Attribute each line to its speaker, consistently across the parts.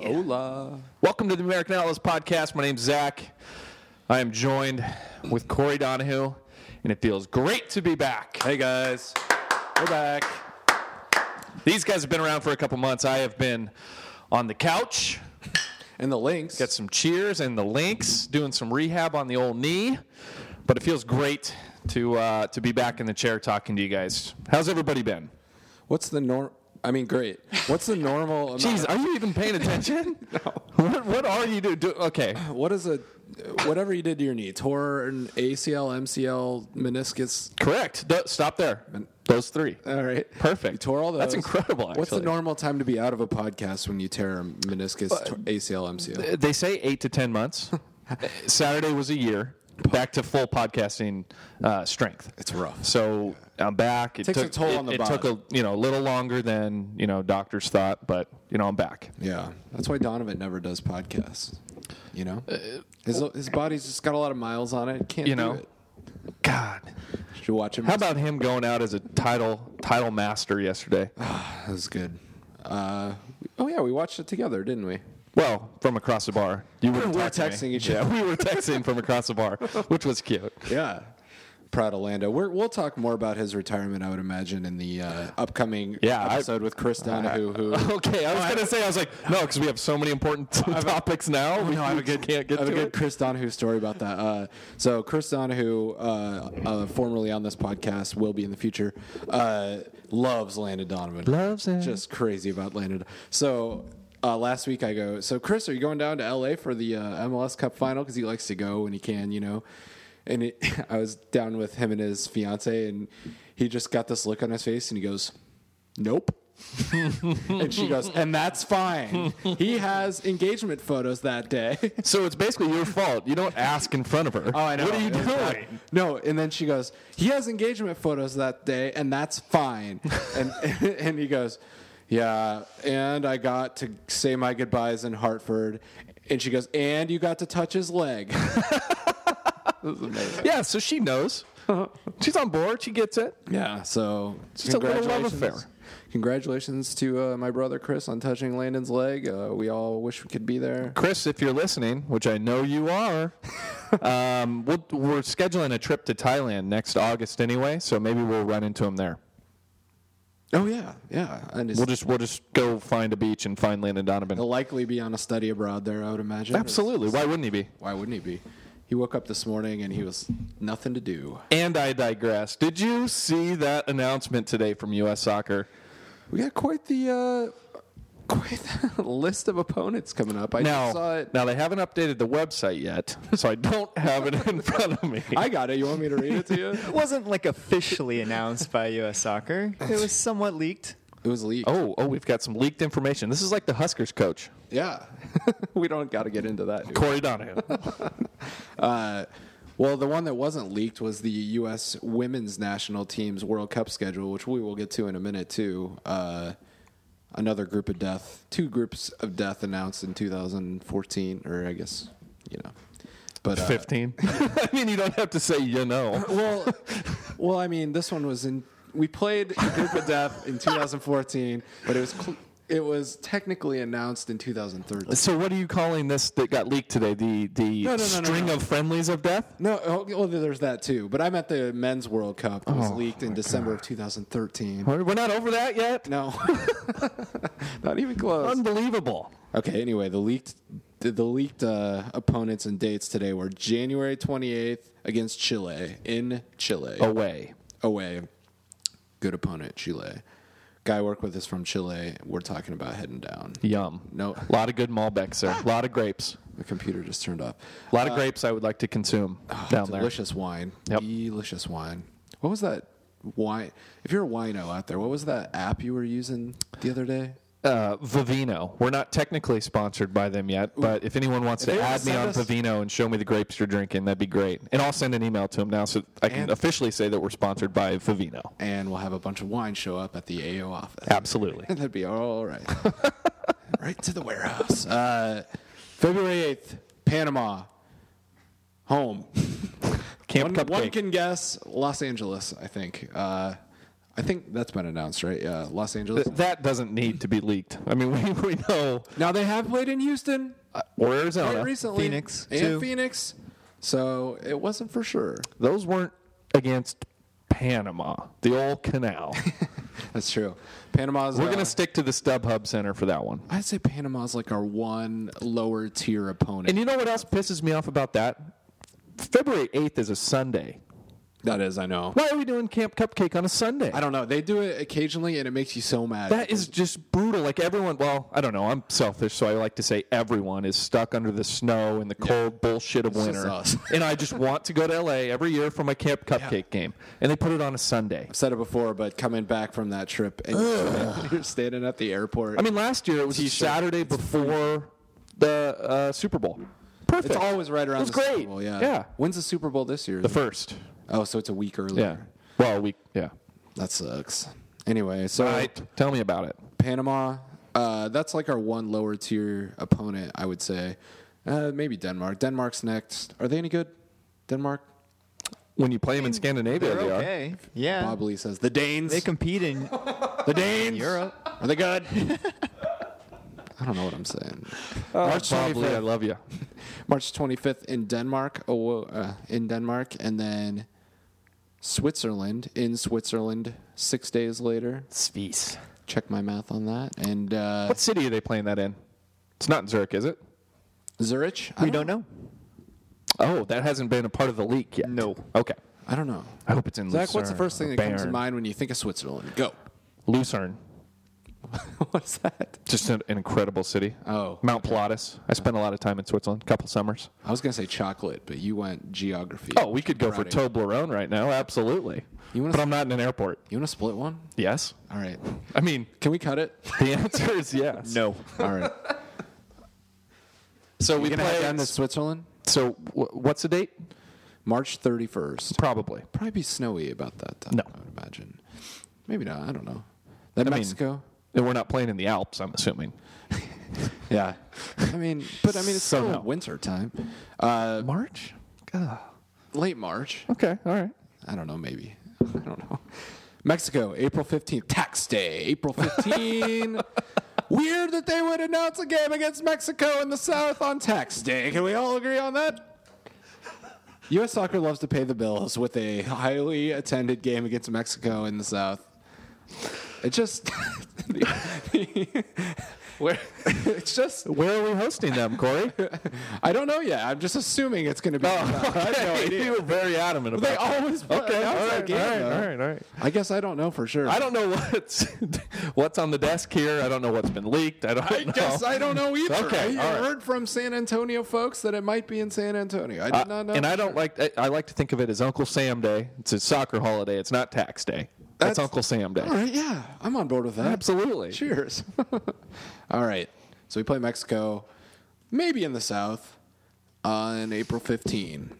Speaker 1: Hola.
Speaker 2: Welcome to the American Outlaws podcast. My name's Zach. I am joined with Corey Donahue, and it feels great to be back.
Speaker 1: Hey guys, we're back.
Speaker 2: These guys have been around for a couple months. I have been on the couch,
Speaker 1: And the links.
Speaker 2: got some cheers and the links, doing some rehab on the old knee, but it feels great to uh, to be back in the chair talking to you guys. How's everybody been?
Speaker 1: What's the norm? I mean, great. What's the normal? amount-
Speaker 2: Jeez, are you even paying attention? no. What, what are you doing? Do, okay.
Speaker 1: What is a whatever you did to your knee? Tore an ACL, MCL, meniscus.
Speaker 2: Correct. Do- stop there. Those three.
Speaker 1: All right,
Speaker 2: Perfect.
Speaker 1: You tore all those.
Speaker 2: That's incredible,
Speaker 1: What's the
Speaker 2: actually.
Speaker 1: normal time to be out of a podcast when you tear a meniscus, tor- ACL, MCL?
Speaker 2: They say eight to ten months. Saturday was a year. Back to full podcasting uh, strength.
Speaker 1: It's rough.
Speaker 2: So I'm back. It
Speaker 1: Takes a toll
Speaker 2: it,
Speaker 1: on the
Speaker 2: it
Speaker 1: body.
Speaker 2: took a you know a little longer than you know doctors thought, but you know I'm back.
Speaker 1: Yeah, that's why Donovan never does podcasts. You know, his his body's just got a lot of miles on it. Can't
Speaker 2: Uh, You
Speaker 1: do
Speaker 2: know.
Speaker 1: it.
Speaker 2: God,
Speaker 1: Should watch him.
Speaker 2: how about him going out as a title title master yesterday?
Speaker 1: That was good. Uh, oh yeah, we watched it together, didn't we?
Speaker 2: Well, from across the bar, you
Speaker 1: We
Speaker 2: wouldn't
Speaker 1: were
Speaker 2: talk to me.
Speaker 1: texting each
Speaker 2: Yeah,
Speaker 1: other.
Speaker 2: we were texting from across the bar, which was cute.
Speaker 1: Yeah. Proud of Lando. We're, we'll talk more about his retirement, I would imagine, in the uh, upcoming
Speaker 2: Yeah, I-
Speaker 1: episode with Chris Donahue. Who
Speaker 2: Okay, I was gonna say I was like no because we have so many important topics now. we
Speaker 1: Oh, no, I have a
Speaker 2: just
Speaker 1: good,
Speaker 2: can't get
Speaker 1: I have
Speaker 2: to
Speaker 1: a good
Speaker 2: it.
Speaker 1: Chris Donahue story about that. Uh, so Chris Donahue, uh, uh, formerly on this podcast, will be in the future. Uh, loves Landon Donovan.
Speaker 2: Loves him.
Speaker 1: Just crazy about Landon. So. Uh, last week I go. So Chris, are you going down to LA for the uh, MLS Cup final? Because he likes to go when he can, you know. And it, I was down with him and his fiance, and he just got this look on his face, and he goes, "Nope." and she goes, "And that's fine." he has engagement photos that day.
Speaker 2: So it's basically your fault. You don't ask in front of her. Oh, What are you
Speaker 1: It was
Speaker 2: doing?
Speaker 1: bad. No, and then she goes, "He has engagement photos that day, and that's fine." and and he goes, "Yeah, and I got to say my goodbyes in Hartford." And she goes, "And you got to touch his leg."
Speaker 2: Yeah, so she knows. She's on board. She gets it.
Speaker 1: yeah, so
Speaker 2: Just a little love
Speaker 1: congratulations.
Speaker 2: affair.
Speaker 1: Congratulations to uh, my brother Chris on touching Landon's leg. Uh, we all wish we could be there.
Speaker 2: Chris, if you're listening, which I know you are, um, we'll, we're scheduling a trip to Thailand next August anyway, so maybe we'll run into him there.
Speaker 1: Oh yeah, yeah. And his
Speaker 2: We'll just we'll just go find a beach and find Landon Donovan.
Speaker 1: He'll likely be on a study abroad there, I would imagine.
Speaker 2: Absolutely. Why wouldn't he be?
Speaker 1: Why wouldn't he be? He woke up this morning and he was nothing to do.
Speaker 2: And I digress. Did you see that announcement today from U.S. Soccer?
Speaker 1: We got quite the uh, quite the list of opponents coming up. I just saw
Speaker 2: Now,
Speaker 1: it.
Speaker 2: now they haven't updated the website yet, so I don't have it in front of me.
Speaker 1: I got it. You want me to read it to you?
Speaker 3: It wasn't like officially announced by U.S. Soccer. It was somewhat leaked.
Speaker 1: It was leaked.
Speaker 2: Oh, oh, we've got some leaked information. This is like the Huskers coach,
Speaker 1: Yeah, we don't got to get into that. dude.
Speaker 2: Corey Donahue.
Speaker 1: Uh, well, the one that wasn't leaked was the U.S. women's national team's World Cup schedule, which we will get to in a minute too. Uh, another group of death, two groups of death announced in 2014, or I guess you know, but uh,
Speaker 2: 15. I mean, you don't have to say you know.
Speaker 1: Well, well, I mean, this one was in. We played Group of Death in 2014, but it was cl- it was technically announced in 2013.
Speaker 2: So what are you calling this that got leaked today? The the
Speaker 1: no, no,
Speaker 2: string
Speaker 1: no.
Speaker 2: of friendlies of death?
Speaker 1: No, oh, well, there's that too. But I'm at the Men's World Cup that was leaked in December of 2013.
Speaker 2: We're we're not over that yet.
Speaker 1: No, not even close.
Speaker 2: Unbelievable.
Speaker 1: Okay. Anyway, the leaked the, the leaked uh, opponents and dates today were January 28th against Chile in Chile.
Speaker 2: Away.
Speaker 1: away. Good opponent, Chile. Guy I work with is from Chile. We're talking about heading down.
Speaker 2: Yum.
Speaker 1: No. Ah.
Speaker 2: A lot of good Malbec, sir. A lot of grapes.
Speaker 1: The computer just turned off.
Speaker 2: A lot of grapes I would like to consume
Speaker 1: oh,
Speaker 2: down there.
Speaker 1: Delicious wine.
Speaker 2: Yep.
Speaker 1: Delicious wine. What was that wine? If you're a wino out there, what was that app you were using the other day?
Speaker 2: Uh, Vivino. We're not technically sponsored by them yet, but if anyone wants
Speaker 1: they
Speaker 2: to
Speaker 1: wanna
Speaker 2: add me
Speaker 1: send
Speaker 2: on
Speaker 1: us-
Speaker 2: Vivino and show me the grapes you're drinking, that'd be great. And I'll send an email to them now so I can
Speaker 1: And-
Speaker 2: officially say that we're sponsored by Vivino.
Speaker 1: And we'll have a bunch of wine show up at the AO office.
Speaker 2: Absolutely.
Speaker 1: And that'd be all right. right to the warehouse. Uh, February 8th, Panama. Home.
Speaker 2: Camp
Speaker 1: One,
Speaker 2: Cupcake.
Speaker 1: one can guess Los Angeles, I think. Uh, I think that's been announced, right? Yeah, Los Angeles.
Speaker 2: Th- that doesn't need to be leaked. I mean, we, we know
Speaker 1: Now they have played in Houston
Speaker 2: or
Speaker 1: quite
Speaker 2: Arizona.
Speaker 1: recently,
Speaker 3: Phoenix,
Speaker 1: and
Speaker 3: too.
Speaker 1: Phoenix. So it wasn't for sure.
Speaker 2: Those weren't against Panama, the old canal.
Speaker 1: That's true. Panama's.
Speaker 2: We're
Speaker 1: uh,
Speaker 2: going to stick to the StubHub Center for that one.
Speaker 1: I'd say Panama's like our one lower tier opponent.
Speaker 2: And you know what else pisses me off about that? February 8th is a Sunday.
Speaker 1: that is, I know.
Speaker 2: Why are we doing Camp Cupcake on a Sunday?
Speaker 1: I don't know. They do it occasionally, and it makes you so mad.
Speaker 2: That is just brutal. Like everyone, well, I don't know. I'm selfish, so I like to say everyone is stuck under the snow and the cold bullshit of
Speaker 1: just
Speaker 2: winter.
Speaker 1: us.
Speaker 2: and I just want to go to LA every year for my Camp Cupcake game. And they put it on a Sunday.
Speaker 1: I've said it before, but coming back from that trip and you're standing at the airport.
Speaker 2: I mean, last year it was
Speaker 1: T-shirt.
Speaker 2: Saturday before the uh, Super Bowl. Perfect.
Speaker 1: it's always right around
Speaker 2: It was
Speaker 1: the
Speaker 2: great.
Speaker 1: Super Bowl. Yeah.
Speaker 2: Yeah.
Speaker 1: When's the Super Bowl this year?
Speaker 2: The first.
Speaker 1: oh, so it's a week earlier.
Speaker 2: Yeah. Well, we yeah.
Speaker 1: That sucks. Anyway, so
Speaker 2: All right. Tell me about it.
Speaker 1: Panama, uh, that's like our one lower tier opponent, I would say. Uh, maybe Denmark. Denmark's next. Are they any good? Denmark?
Speaker 2: When you play them in Scandinavia,
Speaker 3: They're
Speaker 2: they are.
Speaker 3: okay. Yeah.
Speaker 1: Bob Lee says the Danes.
Speaker 3: They compete in
Speaker 1: the Danes.
Speaker 3: Europe.
Speaker 1: Are they good? I don't know what I'm saying.
Speaker 2: Oh,
Speaker 1: March
Speaker 2: Bob Lee,
Speaker 1: 25th.
Speaker 2: I love you.
Speaker 1: March 25th in Denmark. Oh, whoa, uh, in Denmark, and then Switzerland in Switzerland. Six days later.
Speaker 2: Svies.
Speaker 1: Check my math on that. And uh,
Speaker 2: What city are they playing that in? It's not in Zurich, is it?
Speaker 1: Zurich. I
Speaker 3: We don't know.
Speaker 2: Oh, that hasn't been a part of the leak yet.
Speaker 3: No.
Speaker 2: Okay.
Speaker 1: I don't know.
Speaker 2: I hope it's in
Speaker 1: Zach,
Speaker 2: Lucerne.
Speaker 1: what's the first thing
Speaker 2: or
Speaker 1: that comes to
Speaker 2: Bern.
Speaker 1: mind when you think of Switzerland? Go.
Speaker 2: Lucerne.
Speaker 1: What's that?
Speaker 2: Just an, an incredible city.
Speaker 1: Oh.
Speaker 2: Mount Pilatus. I spent a lot of time in Switzerland, couple summers.
Speaker 1: I was gonna say chocolate, but you went geography.
Speaker 2: Oh, we could go for
Speaker 1: Routing.
Speaker 2: Toblerone right now. Absolutely.
Speaker 1: You wanna
Speaker 2: but
Speaker 1: s-
Speaker 2: I'm not in an airport.
Speaker 1: You want to split one?
Speaker 2: Yes.
Speaker 1: All right.
Speaker 2: I mean,
Speaker 1: Can we cut it?
Speaker 2: the answer is yes.
Speaker 3: No.
Speaker 1: All right.
Speaker 2: So we
Speaker 1: We're gonna
Speaker 2: play.
Speaker 1: head down to Switzerland,
Speaker 2: so wh- what's the date?
Speaker 1: March 31st.
Speaker 2: Probably.
Speaker 1: Probably be snowy about that time.
Speaker 2: No.
Speaker 1: I would imagine. Maybe not. I don't know. Then
Speaker 2: I mean-
Speaker 1: Mexico.
Speaker 2: And we're not playing in the Alps, I'm assuming.
Speaker 1: yeah. I mean, but I mean, it's
Speaker 2: So
Speaker 1: still
Speaker 2: no.
Speaker 1: winter time. Uh,
Speaker 2: March? Ugh.
Speaker 1: late March.
Speaker 2: Okay. All right.
Speaker 1: I don't know. Maybe. I don't know. Mexico, April 15th, tax day, April 15. Weird that they would announce a game against Mexico in the South on tax day. Can we all agree on that? U.S. soccer loves to pay the bills with a highly attended game against Mexico in the South. It just. Where, it's just.
Speaker 2: Where are we hosting them, Corey?
Speaker 1: I don't know yet. I'm just assuming it's going to be. I have no idea.
Speaker 2: You were very adamant about
Speaker 1: Oh, They
Speaker 2: that.
Speaker 1: always play
Speaker 2: Okay,
Speaker 1: an
Speaker 2: all
Speaker 1: outside
Speaker 2: right,
Speaker 1: game,
Speaker 2: all right,
Speaker 1: though.
Speaker 2: all right, all right.
Speaker 1: I guess I don't know for sure.
Speaker 2: I don't know what's what's on the desk here. I don't know what's been leaked. I don't
Speaker 1: I
Speaker 2: know.
Speaker 1: guess I don't know either.
Speaker 2: Okay,
Speaker 1: I
Speaker 2: all right.
Speaker 1: heard from San Antonio folks that it might be in San Antonio. I did not know.
Speaker 2: Uh, and I don't like. I, I like to think of it as Uncle Sam Day. It's a soccer holiday. It's not tax day. That's,
Speaker 1: That's-
Speaker 2: Uncle Sam Day.
Speaker 1: All right, yeah, I'm on board with that.
Speaker 2: Absolutely.
Speaker 1: Cheers. all right, so we play Mexico, maybe in the South, on April 15.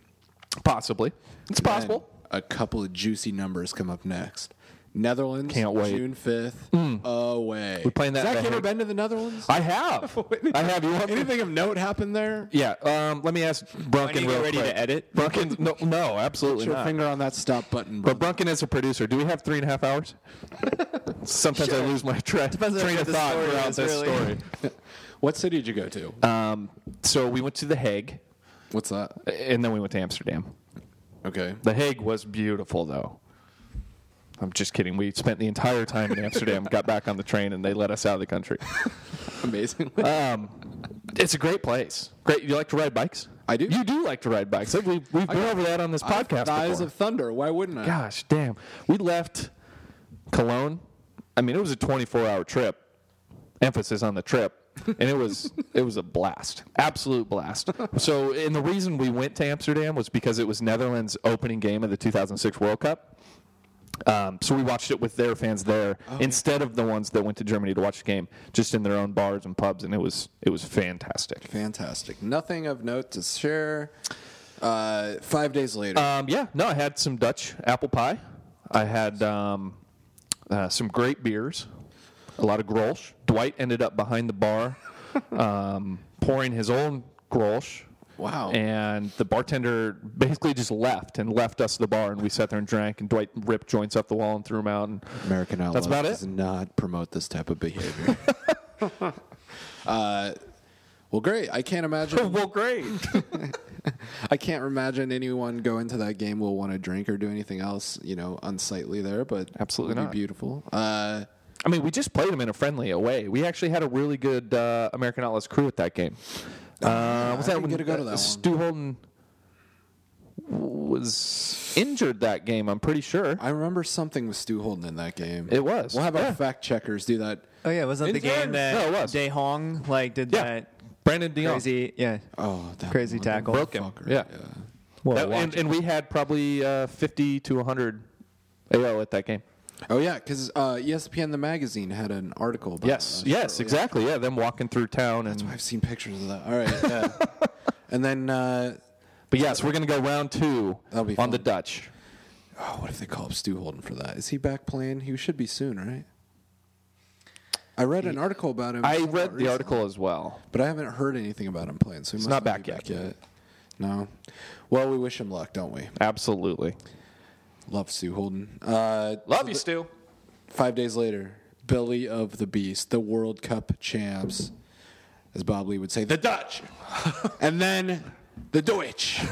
Speaker 2: Possibly. It's possible.
Speaker 1: And a couple of juicy numbers come up next. Netherlands,
Speaker 2: Can't wait. Hmm.
Speaker 1: June 5th, away. We
Speaker 2: playing that
Speaker 1: Zach,
Speaker 2: in
Speaker 1: you
Speaker 2: the
Speaker 1: ever
Speaker 2: Hague.
Speaker 1: been to the Netherlands?
Speaker 2: I have. I have. You want me-
Speaker 1: Anything of note happened there?
Speaker 2: Yeah. Um, let me ask Brunken
Speaker 3: you get
Speaker 2: real
Speaker 3: ready to
Speaker 2: quick.
Speaker 3: edit?
Speaker 2: Brunken? No, no, absolutely
Speaker 1: Put your
Speaker 2: not.
Speaker 1: finger on that stop button.
Speaker 2: But Brunken is a producer. Do we have three and a half hours? Sometimes I lose my tra-
Speaker 3: Depends on
Speaker 2: train
Speaker 3: what
Speaker 2: of
Speaker 3: the
Speaker 2: thought
Speaker 3: story
Speaker 2: throughout
Speaker 3: is,
Speaker 2: this
Speaker 3: really.
Speaker 2: story.
Speaker 1: What city did you go to?
Speaker 2: Um, so we went to The Hague,
Speaker 1: What's that?
Speaker 2: and then we went to Amsterdam.
Speaker 1: Okay.
Speaker 2: The Hague was beautiful, though. I'm just kidding. We spent the entire time in Amsterdam, got back on the train, and they let us out of the country.
Speaker 1: Amazingly.
Speaker 2: It's a great place. Great. You like to ride bikes?
Speaker 1: I do.
Speaker 2: You do like to ride bikes. Like, We, we've been over that on this podcast.
Speaker 1: Thighs
Speaker 2: before.
Speaker 1: of Thunder. Why wouldn't I?
Speaker 2: Gosh, damn. We left Cologne. I mean, it was a 24-hour trip. Emphasis on the trip. And it was it was a blast. Absolute blast. So, and the reason we went to Amsterdam was because it was Netherlands opening game of the 2006 World Cup. Um, so we watched it with their fans there instead of the ones that went to Germany to watch the game, just in their own bars and pubs, and it was it was fantastic.
Speaker 1: Fantastic. Nothing of note to share. Uh, five days later.
Speaker 2: Um, yeah, no, I had some Dutch apple pie. I had um, uh, some great beers, a lot of Grolsch. Dwight ended up behind the bar um, pouring his own Grolsch
Speaker 1: Wow.
Speaker 2: And the bartender basically just left and left us the bar, and we sat there and drank. And Dwight ripped joints off the wall and threw them out. And
Speaker 1: American Outlaw
Speaker 2: That's about it?
Speaker 1: does not promote this type of behavior. uh, well, great. I can't imagine.
Speaker 2: Oh, well, great.
Speaker 1: I can't imagine anyone go into that game will want to drink or do anything else, you know, unsightly there. But
Speaker 2: Absolutely
Speaker 1: it'd be
Speaker 2: not.
Speaker 1: beautiful. Uh,
Speaker 2: I mean, we just played them in a friendly away. We actually had a really good uh, American Outlaws crew at that game. Uh, was that
Speaker 1: I didn't
Speaker 2: when
Speaker 1: get to go to that
Speaker 2: uh,
Speaker 1: one.
Speaker 2: Stu Holden was injured that game? I'm pretty sure
Speaker 1: I remember something with Stu Holden in that game.
Speaker 2: it was.
Speaker 1: We'll have
Speaker 2: yeah.
Speaker 1: our fact checkers do that.
Speaker 3: Oh yeah, wasn't the
Speaker 2: Insane.
Speaker 3: game that
Speaker 2: No, it was.
Speaker 3: Day Hong like did
Speaker 2: Yeah.
Speaker 3: that
Speaker 2: Brandon Dion.
Speaker 3: crazy? Yeah,
Speaker 1: Oh, that
Speaker 3: Crazy
Speaker 1: mother-
Speaker 3: tackle.
Speaker 2: Broke him.
Speaker 1: fucker.
Speaker 2: Yeah.
Speaker 3: Well,
Speaker 2: That-
Speaker 3: watch
Speaker 2: and, and we had probably uh, 50 to 100 AO at that game.
Speaker 1: Oh yeah, because uh, ESPN the magazine had an article. About
Speaker 2: Yes,
Speaker 1: that.
Speaker 2: yes, exactly. Yeah, them walking through town. and
Speaker 1: I've seen pictures of that. All right. Yeah. and then, uh,
Speaker 2: But yes, we're going to go round two
Speaker 1: That'll be
Speaker 2: on
Speaker 1: fun.
Speaker 2: the Dutch.
Speaker 1: oh, what if they call up Stu Holden for that? Is he back playing? He should be soon, right? I read an article about him.
Speaker 2: I
Speaker 1: somewhat
Speaker 2: read
Speaker 1: recently,
Speaker 2: the article as well.
Speaker 1: but I haven't heard anything about him playing. So he's
Speaker 2: not back yet.
Speaker 1: No. Well, we wish him luck, don't we?
Speaker 2: Absolutely.
Speaker 1: Love Stu Holden. Uh,
Speaker 2: Love you, Stu.
Speaker 1: Five days later, Billy of the Beast, the World Cup champs, as Bob Lee would say, the Dutch, and then the Deutsch,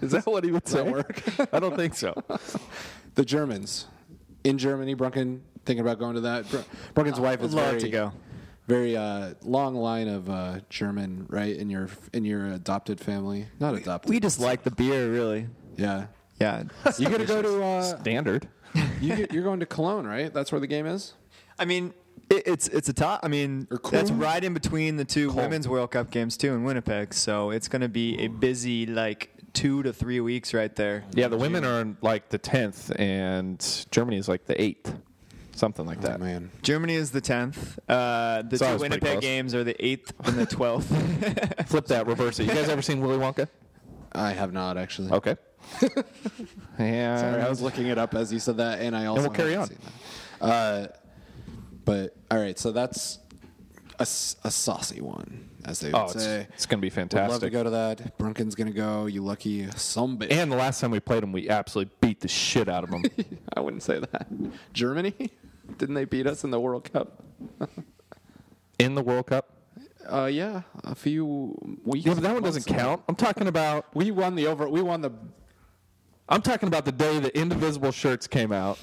Speaker 2: Is that what he would say? I don't think so.
Speaker 1: the Germans. In Germany, Brunken thinking about going to that. Br- Brunken's wife is
Speaker 3: love
Speaker 1: very,
Speaker 3: to go.
Speaker 1: Very uh, long line of uh, German, right? In your in your adopted family, not adopted.
Speaker 3: we just like the beer, really.
Speaker 1: yeah.
Speaker 3: Yeah,
Speaker 1: You're gonna go to uh,
Speaker 2: Standard.
Speaker 1: you, you're going to Cologne, right? That's where the game is.
Speaker 3: I mean, it, it's it's a top. I mean,
Speaker 1: Or cool.
Speaker 3: that's right in between the two women's World Cup games too in Winnipeg. So it's going to be a busy like two to three weeks right there.
Speaker 2: Yeah, the women are in, like the 10th, and Germany is like the 8th, something like that.
Speaker 1: Oh, man,
Speaker 3: Germany is the tenth. Uh, the
Speaker 2: So I
Speaker 3: two
Speaker 2: was pretty
Speaker 3: Winnipeg
Speaker 2: close.
Speaker 3: games are the eighth and the twelfth.
Speaker 2: Flip that, reverse it. You guys ever seen Willy Wonka?
Speaker 1: I have not actually.
Speaker 2: Okay. and
Speaker 1: Sorry, I was looking it up as you said that, and I also
Speaker 2: we'll carry
Speaker 1: haven't
Speaker 2: on.
Speaker 1: seen that. Uh, but all right, so that's a, s- a saucy one, as they would
Speaker 2: oh, it's,
Speaker 1: say.
Speaker 2: it's going to be
Speaker 1: Would love to
Speaker 2: fantastic.
Speaker 1: go to that. Brunken's gonna go. You lucky some bitch.
Speaker 2: And the last time we played them, we absolutely beat the shit out of them.
Speaker 1: I wouldn't say that. Germany, didn't they beat us in the World Cup?
Speaker 2: in the World Cup.
Speaker 1: Uh, yeah, a few weeks.
Speaker 2: Yeah, but that one doesn't
Speaker 1: months ago.
Speaker 2: count. I'm talking about
Speaker 1: We won the over. We won the.
Speaker 2: I'm talking about the day the Indivisible shirts came out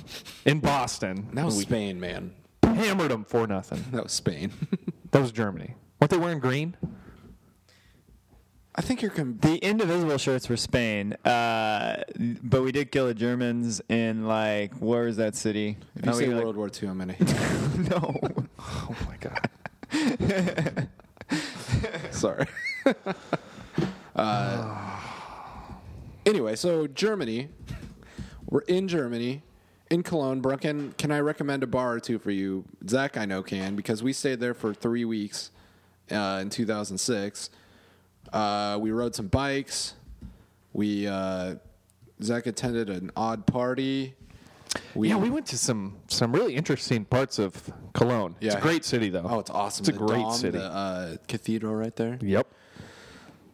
Speaker 2: in Boston.
Speaker 1: That was Spain, man.
Speaker 2: we hammered them for nothing.
Speaker 1: That was Spain.
Speaker 2: That was Germany. Weren't they wearing green?
Speaker 1: I think you're. Com-
Speaker 3: the indivisible shirts were Spain, uh, but we did kill the Germans in like where is that city?
Speaker 1: if you
Speaker 3: Uh, we
Speaker 1: say
Speaker 3: like-
Speaker 1: World War II, I'm gonna. hate you.
Speaker 3: no.
Speaker 2: Oh my god.
Speaker 1: Sorry. uh, anyway, so Germany. We're in Germany, in Cologne. Brunken, can I recommend a bar or two for you? Zach, I know can because we stayed there for three weeks uh, in 2006. Uh, we rode some bikes. We uh, Zach attended an odd party. We,
Speaker 2: yeah, we went to some some really interesting parts of Cologne. It's
Speaker 1: Yeah.
Speaker 2: a great city though.
Speaker 1: Oh, it's awesome!
Speaker 2: It's a
Speaker 1: The
Speaker 2: great
Speaker 1: Dom,
Speaker 2: city.
Speaker 1: The uh, cathedral right there.
Speaker 2: Yep.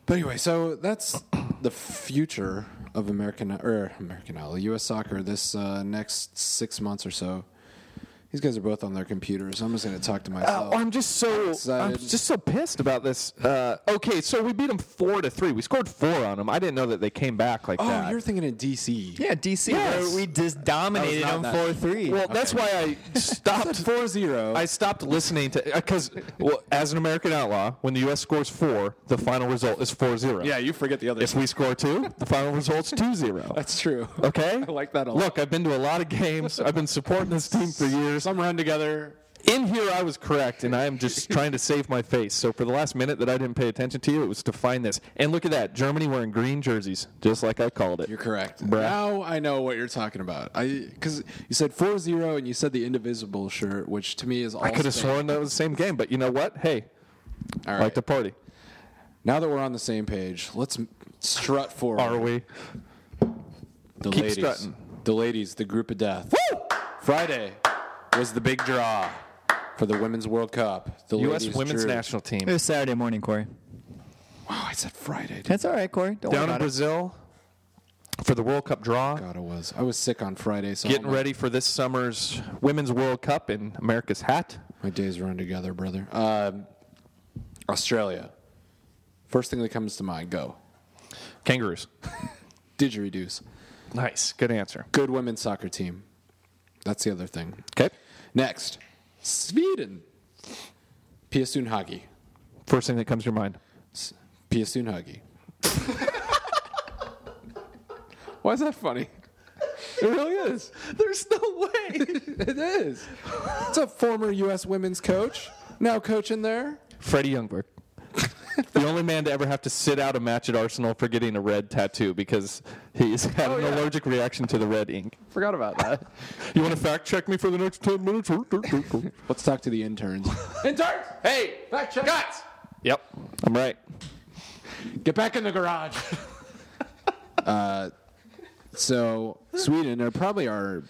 Speaker 1: But anyway, so that's the future of American or American Idol, U.S. Soccer. This uh, next six months or so, these guys are both on their computers. I'm just going to talk to
Speaker 2: Uh,
Speaker 1: myself.
Speaker 2: I'm just so I'm
Speaker 1: oh, excited.
Speaker 2: just so pissed about this. Uh, okay, so we beat them four to three. We scored four on them. I didn't know that they came back like
Speaker 1: oh,
Speaker 2: that.
Speaker 1: you're thinking of DC?
Speaker 3: Yeah, DC.
Speaker 2: Yes.
Speaker 3: Where we just dominated
Speaker 1: not
Speaker 3: them
Speaker 1: that-
Speaker 3: four three.
Speaker 2: well, that's why I stopped
Speaker 1: four zero.
Speaker 2: I stopped listening to because well, as an American outlaw, when the U.S. scores four, the final result is 4-0.
Speaker 1: yeah, you forget the other.
Speaker 2: If we score two, the final result's 2-0.
Speaker 1: that's true.
Speaker 2: Okay.
Speaker 1: I like that a lot.
Speaker 2: Look, I've been to a lot of games. I've been supporting this team for years.
Speaker 1: Some run together.
Speaker 2: In here, I was correct, and I am just trying to save my face. So for the last minute that I didn't pay attention to you, it was to find this. And look at that, Germany wearing green jerseys, just like I called it.
Speaker 1: You're correct.
Speaker 2: Bruh.
Speaker 1: Now I know what you're talking about. I because you said four zero and you said the indivisible shirt, which to me is all
Speaker 2: I could have
Speaker 1: Spain.
Speaker 2: sworn that was the same game, but you know what? Hey,
Speaker 1: All
Speaker 2: like
Speaker 1: right.
Speaker 2: the party.
Speaker 1: now that we're on the same page, let's m- strut forward.
Speaker 2: Are we?
Speaker 1: The
Speaker 2: Keep
Speaker 1: ladies.
Speaker 2: strutting.
Speaker 1: The ladies, the group of death. Friday was the big draw for the Women's World Cup. The
Speaker 2: U.S.
Speaker 1: ladies
Speaker 2: women's
Speaker 1: drew.
Speaker 2: national team.
Speaker 3: it was Saturday morning, Corey.
Speaker 1: Wow, I said Friday. dude.
Speaker 3: That's all right, Corey. Don't worry
Speaker 2: Down in
Speaker 3: about it.
Speaker 2: Brazil for the World Cup draw.
Speaker 1: God, I was. I was sick on Friday, so
Speaker 2: Getting
Speaker 1: all my,
Speaker 2: ready for this summer's Women's World Cup in America's hat.
Speaker 1: My days run together, brother. Um, Australia. First thing that comes to mind. Go.
Speaker 2: Kangaroos.
Speaker 1: Didgeridoos.
Speaker 2: Nice. Good answer.
Speaker 1: Good women's soccer team. That's the other thing.
Speaker 2: Okay.
Speaker 1: Next, Sweden. Pia Sundhage.
Speaker 2: First thing that comes to your mind.
Speaker 1: S- Pia Sundhage. Why is that funny? It really is.
Speaker 2: There's no way.
Speaker 1: It is. It's a former U.S. women's coach, now coaching there.
Speaker 2: Freddie Youngberg. the only man to ever have to sit out a match at Arsenal for getting a red tattoo because he's had an allergic reaction to the red ink.
Speaker 1: Oh, Forgot about that.
Speaker 2: You want to fact check me for the next 10 minutes?
Speaker 1: Let's talk to the interns. interns, hey, back check. guys,
Speaker 2: yep, I'm right.
Speaker 1: get back in the garage. uh, so Sweden are probably our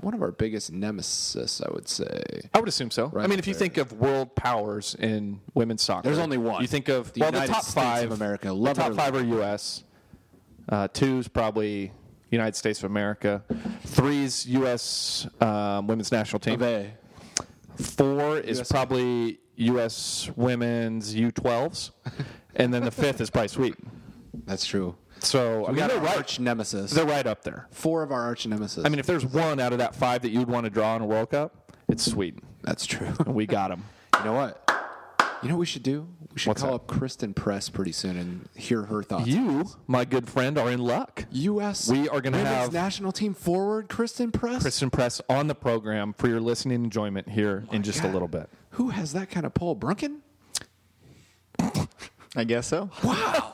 Speaker 1: one of our biggest nemesis, I would say.
Speaker 2: I would assume so. I mean, if you
Speaker 1: there.
Speaker 2: think of world powers in women's soccer,
Speaker 1: There's only one.
Speaker 2: You think of
Speaker 1: The
Speaker 2: well,
Speaker 1: United
Speaker 2: the top
Speaker 1: States
Speaker 2: five
Speaker 1: of America.
Speaker 2: the
Speaker 1: Love it
Speaker 2: top
Speaker 1: or
Speaker 2: five are U.S. Uh, two's probably United States of America. Three's U.S. Um, women's national team.
Speaker 1: They.
Speaker 2: Four is
Speaker 1: USA.
Speaker 2: probably U.S. women's U12s, and then the fifth is probably Sweden.
Speaker 1: That's true.
Speaker 2: So I mean,
Speaker 1: We got
Speaker 2: they're
Speaker 1: our
Speaker 2: right.
Speaker 1: arch nemesis.
Speaker 2: They're right up there.
Speaker 1: Four of our arch nemesis.
Speaker 2: I mean, if there's one out of that five that you'd want to draw in a World Cup, it's Sweden,
Speaker 1: that's true.
Speaker 2: and we got them.
Speaker 1: You know what? You know what we should do? We should
Speaker 2: What's
Speaker 1: call
Speaker 2: that?
Speaker 1: up Kristen Press pretty soon and hear her thoughts.
Speaker 2: You, my good friend, are in luck.
Speaker 1: U.S.
Speaker 2: We are gonna
Speaker 1: women's
Speaker 2: have-
Speaker 1: national team forward Kristen Press.
Speaker 2: Kristen Press on the program for your listening enjoyment here in just a
Speaker 1: God.
Speaker 2: little bit.
Speaker 1: Who has that kind of pull? Brunken?
Speaker 3: I guess so.
Speaker 1: Wow.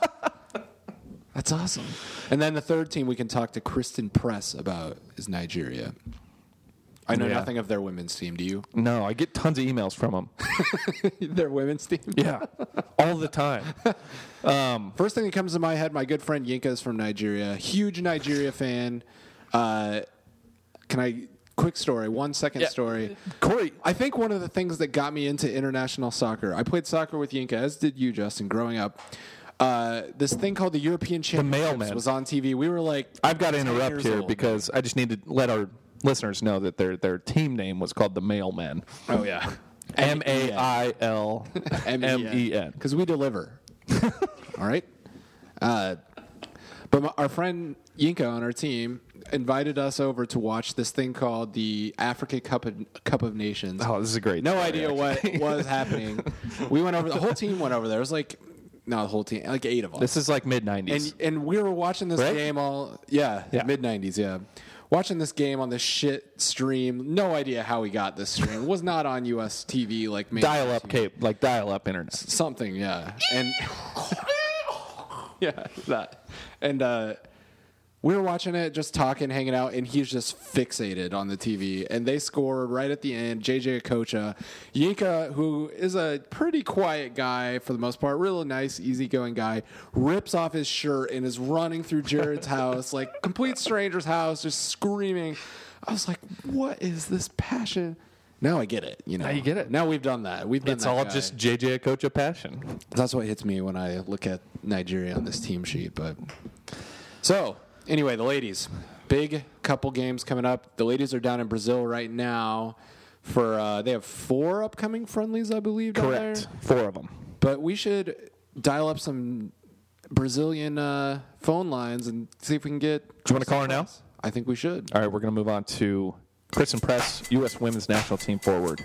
Speaker 1: That's awesome. And then the third team we can talk to Kristen Press about is Nigeria. I know
Speaker 2: Yeah.
Speaker 1: nothing of their women's team. Do you?
Speaker 2: No, I get tons of emails from them.
Speaker 1: their women's team?
Speaker 2: Yeah, all the time.
Speaker 1: First thing that comes to my head, my good friend Yinka is from Nigeria. Huge Nigeria fan. Uh, can I quick story? One second
Speaker 2: Yeah.
Speaker 1: story.
Speaker 2: Corey,
Speaker 1: I think one of the things that got me into international soccer. I played soccer with Yinka, as did you, Justin, growing up. Uh, this thing called the European Championships
Speaker 2: mailman.
Speaker 1: was on TV. We were like,
Speaker 2: I've got to
Speaker 1: 10
Speaker 2: interrupt
Speaker 1: years
Speaker 2: here
Speaker 1: old.
Speaker 2: because I just need to let our listeners know that their their team name was called the Mailmen.
Speaker 1: oh yeah,
Speaker 2: M A I L M E N.
Speaker 1: because we deliver. All right. Uh, but my, our friend Yinka on our team invited us over to watch this thing called the Africa Cup of, Cup of Nations.
Speaker 2: Oh, this is a great.
Speaker 1: No
Speaker 2: story,
Speaker 1: idea
Speaker 2: actually.
Speaker 1: what was happening. We went over. The whole team went over there. It was like not the whole team, like eight of us.
Speaker 2: This is like mid '90s.
Speaker 1: and and we were watching this
Speaker 2: Right?
Speaker 1: game all yeah,
Speaker 2: Yeah.
Speaker 1: mid nineties yeah, watching this game on this shit stream. No idea how we got this stream. was not on U.S. TV like main-
Speaker 2: Dial up cape, like dial up internet.
Speaker 1: something yeah and yeah that and uh, we were watching it just talking hanging out and he's just fixated on the tv and they score right at the end jj Okocha, yinka who is a pretty quiet guy for the most part real nice easygoing guy rips off his shirt and is running through jared's house like complete stranger's house just screaming i was like what is this passion now I get it. You know, now
Speaker 2: you get it.
Speaker 1: Now we've done that. We've been
Speaker 2: It's
Speaker 1: that
Speaker 2: all
Speaker 1: guy.
Speaker 2: just JJ Okocha passion.
Speaker 1: That's what hits me when I look at Nigeria on this team sheet. But so anyway, the ladies, big couple games coming up. The ladies are down in Brazil right now. For uh, they have four upcoming friendlies, I believe. down
Speaker 2: Correct.
Speaker 1: there.
Speaker 2: Four of them.
Speaker 1: But we should dial up some Brazilian uh, phone lines and see if we can get.
Speaker 2: Do you wanna call her now?
Speaker 1: I think we should.
Speaker 2: All right, we're going to move on to Kristen Press, U.S. Women's National Team forward.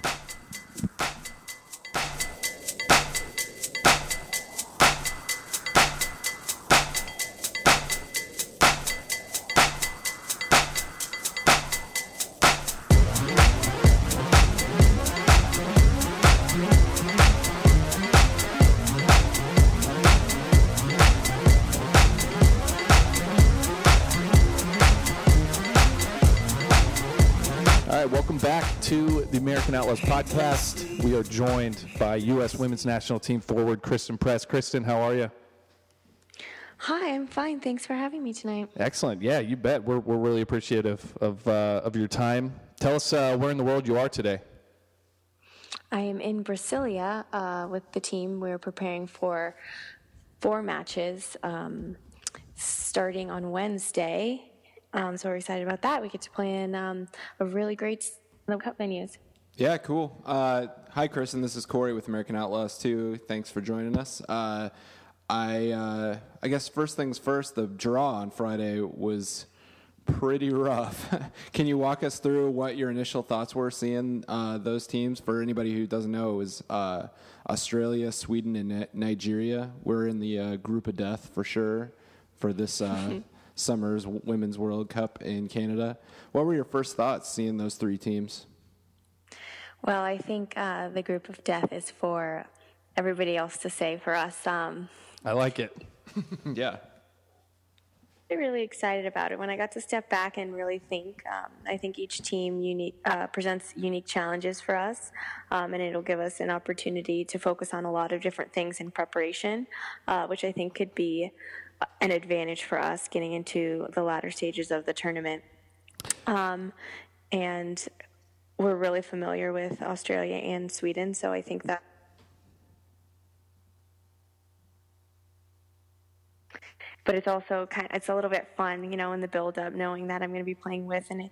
Speaker 2: All right, welcome back to the American Outlaws podcast. We are joined by U.S. Women's National Team forward Kristen Press. Kristen, how are you?
Speaker 4: Hi, I'm fine. Thanks for having me tonight.
Speaker 2: Excellent. Yeah, you bet. We're, we're really appreciative of uh, of your time. Tell us uh, where in the world you are today.
Speaker 4: I am in Brasilia uh, with the team. We're preparing for four matches um, starting on Wednesday. Um, so we're excited about that. We get to play in um, a really great Stanley Cup venues.
Speaker 1: Yeah, cool. Uh, hi, Chris, and this is Corey with American Outlaws 2. Thanks for joining us. Uh, I uh, I guess first things first, the draw on Friday was pretty rough. Can you walk us through what your initial thoughts were seeing uh, those teams? For anybody who doesn't know, it was uh, Australia, Sweden, and Ni- Nigeria. We're in the uh, group of death for sure for this uh, summer's Women's World Cup in Canada. What were your first thoughts seeing those three teams?
Speaker 4: Well, I think uh, the group of death is for everybody else to say. For us, um,
Speaker 2: I like it.
Speaker 1: Yeah.
Speaker 4: I'm really excited about it. When I got to step back and really think, um, I think each team unique, uh, presents unique challenges for us, um, and it'll give us an opportunity to focus on a lot of different things in preparation, uh, which I think could be an advantage for us getting into the latter stages of the tournament. Um, and we're really familiar with Australia and Sweden, so I think that but it's also kind it's a little bit fun, you know, in the build up, knowing that I'm going to be playing with and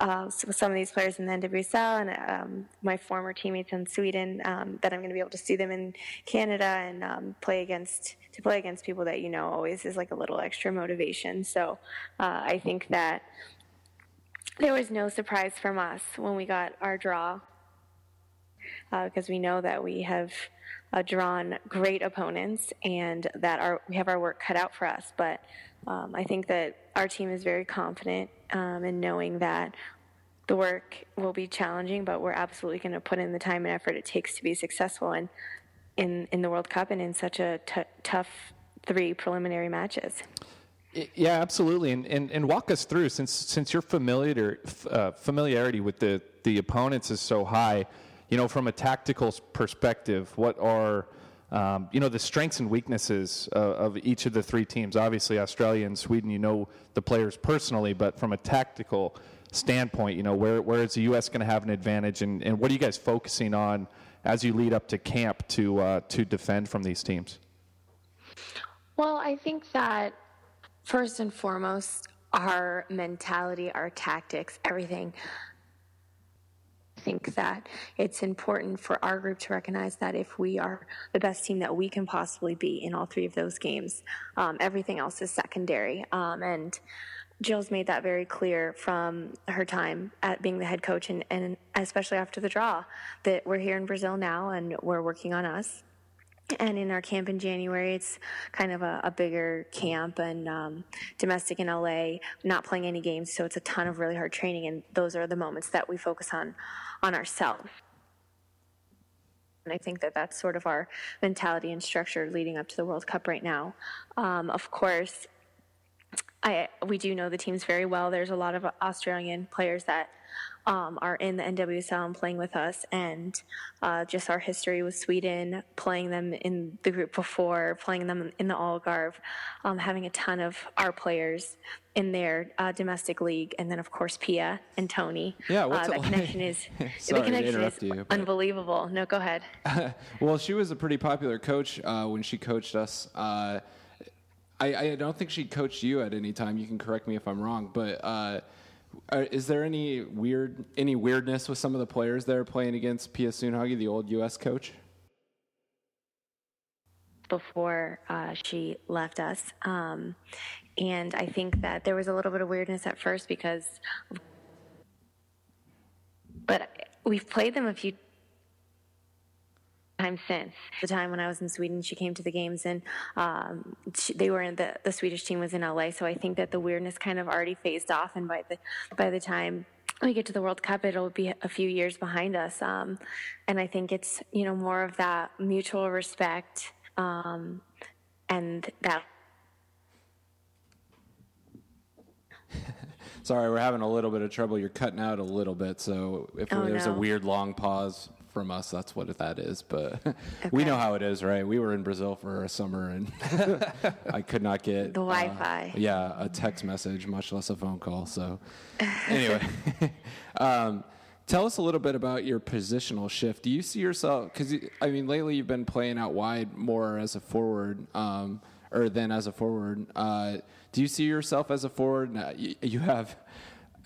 Speaker 4: uh, s- some of these players in the NWSL and um, my former teammates in Sweden, um, that I'm going to be able to see them in Canada and um, play against to play against people that you know always is like a little extra motivation. So uh, I think that there was no surprise from us when we got our draw because uh, we know that we have uh, drawn great opponents and that our, we have our work cut out for us. But um, I think that our team is very confident um, in knowing that the work will be challenging, but we're absolutely going to put in the time and effort it takes to be successful in, in, in the World Cup and in such a t- tough three preliminary matches.
Speaker 2: Yeah, absolutely. And, and and walk us through since since your familiar uh, familiarity with the the opponents is so high, you know, from a tactical s- perspective, what are um, you know the strengths and weaknesses uh, of each of the three teams? Obviously, Australia and Sweden, you know the players personally, but from a tactical standpoint, you know where where is the U.S. going to have an advantage, and, and what are you guys focusing on as you lead up to camp to uh, to defend from these teams?
Speaker 4: Well, I think that first and foremost, our mentality, our tactics, everything. I think that it's important for our group to recognize that if we are the best team that we can possibly be in all three of those games, um, everything else is secondary. Um, and Jill's made that very clear from her time at being the head coach, and, and especially after the draw, that we're here in Brazil now and we're working on us and in our camp in January, it's kind of a, a bigger camp and um, domestic in LA, not playing any games. So it's a ton of really hard training. And those are the moments that we focus on, on ourselves. And I think that that's sort of our mentality and structure leading up to the World Cup right now. Um, of course, I we do know the teams very well. There's a lot of Australian players that um, are in the NWSL and playing with us, and uh, just our history with Sweden, playing them in the group before, playing them in the Algarve, um, having a ton of our players in their uh, domestic league, and then of course Pia and Tony.
Speaker 1: Yeah, what's
Speaker 4: uh,
Speaker 1: it
Speaker 4: that
Speaker 1: like-
Speaker 4: connection is
Speaker 1: Sorry
Speaker 4: the
Speaker 1: to
Speaker 4: connection is
Speaker 1: interrupt you, but-
Speaker 4: unbelievable. No, go ahead.
Speaker 1: Well, she was a pretty popular coach uh, when she coached us. Uh, I, I don't think she coached you at any time. You can correct me if I'm wrong, but uh, are- is there any weird any weirdness with some of the players that are playing against Pia Sundhage, the old U.S. coach?
Speaker 4: before uh, she left us. Um, and I think that there was a little bit of weirdness at first because, but we've played them a few times since the time when I was in Sweden. She came to the games and um, she, they were in the, the Swedish team was in LA. So I think that the weirdness kind of already phased off. And by the, by the time we get to the World Cup, it'll be a few years behind us. Um, and I think it's, you know, more of that mutual respect um, and that
Speaker 1: Sorry, we're having a little bit of trouble. You're cutting out a little bit, so if
Speaker 4: Oh,
Speaker 1: there's a
Speaker 4: no.
Speaker 1: weird long pause from us, that's what that is. But we
Speaker 4: Okay.
Speaker 1: know how it is, right? We were in Brazil for a summer, and I could not get uh,
Speaker 4: The Wi-Fi.
Speaker 1: yeah, a text message, much less a phone call. So anyway, um, Tell us a little bit about your positional shift. Do you see yourself? Because I mean, lately you've been playing out wide more as a forward, um, or than as a forward. Uh, do you see yourself as a forward? Nah, you, you have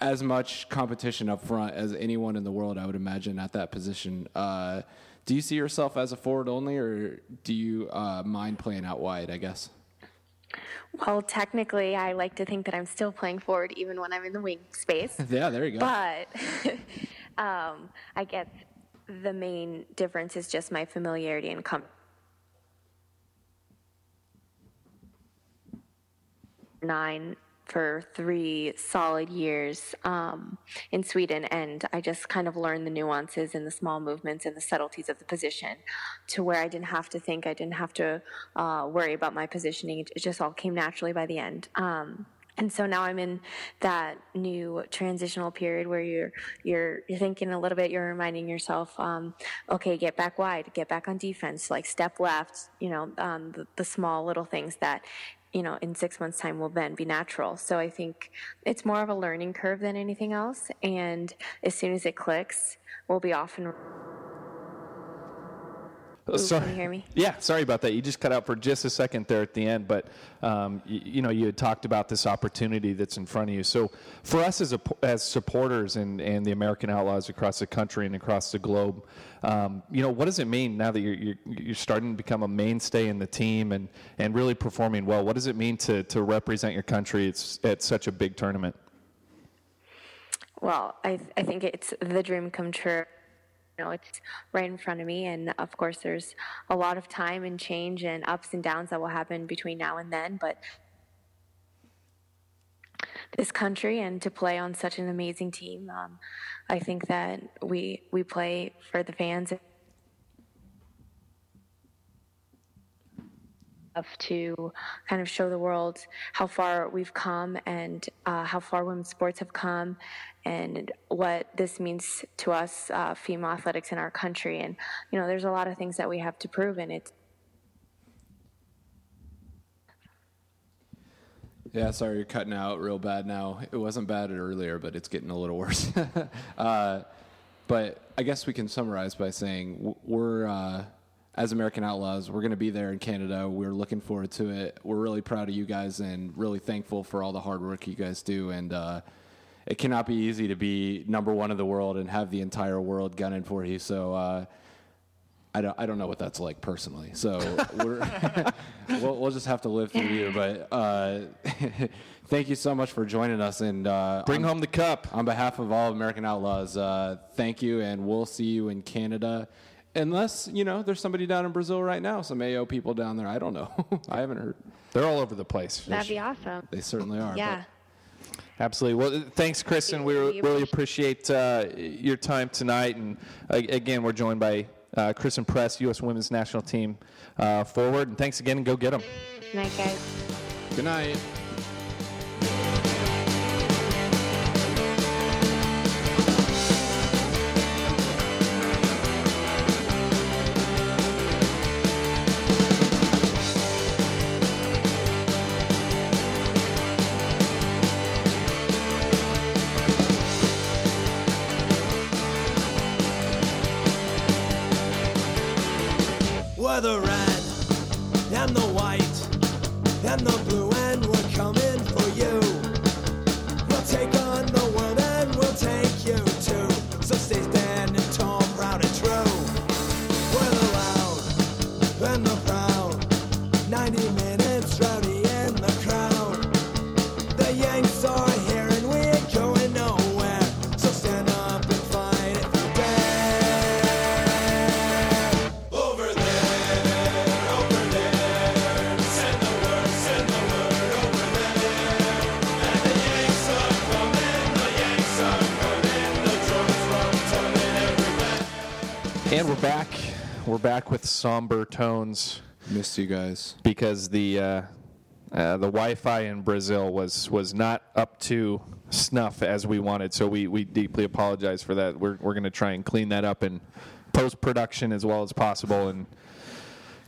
Speaker 1: as much competition up front as anyone in the world, I would imagine, at that position. Uh, do you see yourself as a forward only, or do you uh, mind playing out wide? I guess.
Speaker 4: Well, technically, I like to think that I'm still playing forward even when I'm in the wing space.
Speaker 1: Yeah, there you go.
Speaker 4: but um, I guess the main difference is just my familiarity and com- nine for three solid years um, in Sweden, and I just kind of learned the nuances and the small movements and the subtleties of the position, to where I didn't have to think, I didn't have to uh, worry about my positioning. It just all came naturally by the end. Um, and so now I'm in that new transitional period where you're you're you're thinking a little bit. You're reminding yourself, um, okay, get back wide, get back on defense, like step left. You know, um, the, the small little things that you know, in six months' time will then be natural. So I think it's more of a learning curve than anything else. And as soon as it clicks, we'll be off and
Speaker 2: Uh, sorry.
Speaker 4: can you hear me?
Speaker 2: Yeah, sorry about that. You just cut out for just a second there at the end, but um, you, you know you had talked about this opportunity that's in front of you. So for us as a, as supporters and and the American Outlaws across the country and across the globe, um, you know what does it mean now that you're, you're you're starting to become a mainstay in the team and and really performing well? What does it mean to to represent your country it's, at such a big tournament?
Speaker 4: Well, I, I think it's the dream come true. You know, it's right in front of me, and of course, there's a lot of time and change and ups and downs that will happen between now and then. But this country and to play on such an amazing team, um, I think that we we play for the fans enough to kind of show the world how far we've come and uh, how far women's sports have come and what this means to us uh, female athletics in our country and you know there's a lot of things that we have to prove and it's
Speaker 1: Yeah, sorry, you're cutting out real bad now. It wasn't bad earlier, but it's getting a little worse. uh, but I guess we can summarize by saying w- we're, uh, as American Outlaws, we're going to be there in Canada. We're looking forward to it. We're really proud of you guys and really thankful for all the hard work you guys do. And uh, it cannot be easy to be number one in the world and have the entire world gunning for you. So, uh, I don't, I don't know what that's like personally. So we're, we'll, we'll just have to live through you. But uh, thank you so much for joining us. And uh,
Speaker 2: Bring
Speaker 4: Um,
Speaker 1: on,
Speaker 2: home the cup.
Speaker 1: on behalf of all American Outlaws, uh, thank you. And we'll see you in Canada. Unless, you know, there's somebody down in Brazil right now, some AO people down there. I don't know. I haven't heard.
Speaker 2: They're all over the place.
Speaker 4: that'd be awesome
Speaker 1: They certainly are. but-
Speaker 4: yeah
Speaker 2: Absolutely. Well, th- thanks, Kristen. We re-
Speaker 4: We
Speaker 2: really appreciate uh, your time tonight. And uh, again, we're joined by uh, Kristen Press, U.S. Women's National Team uh, forward. And thanks again, and go get them.
Speaker 4: night guys
Speaker 1: Good night.
Speaker 5: We're the red and the white and the blue, and we're coming for you. We'll take on the world and we'll take you too. So stay standing tall, proud and true. We're the loud and the proud. 90 minutes, rowdy in the crowd. The Yanks are here and we're going nowhere. So stand up and fight if you dare. Over there, over there, send the word, send the word over there. And the Yanks are coming, the Yanks are coming, the drums are turning everywhere.
Speaker 2: And we're back. We're back with somber tones
Speaker 1: Missed you guys.
Speaker 2: because the uh, uh, the Wi-Fi in Brazil was was not up to snuff as we wanted. So we, we deeply apologize for that. We're we're going to try and clean that up in post production as well as possible and.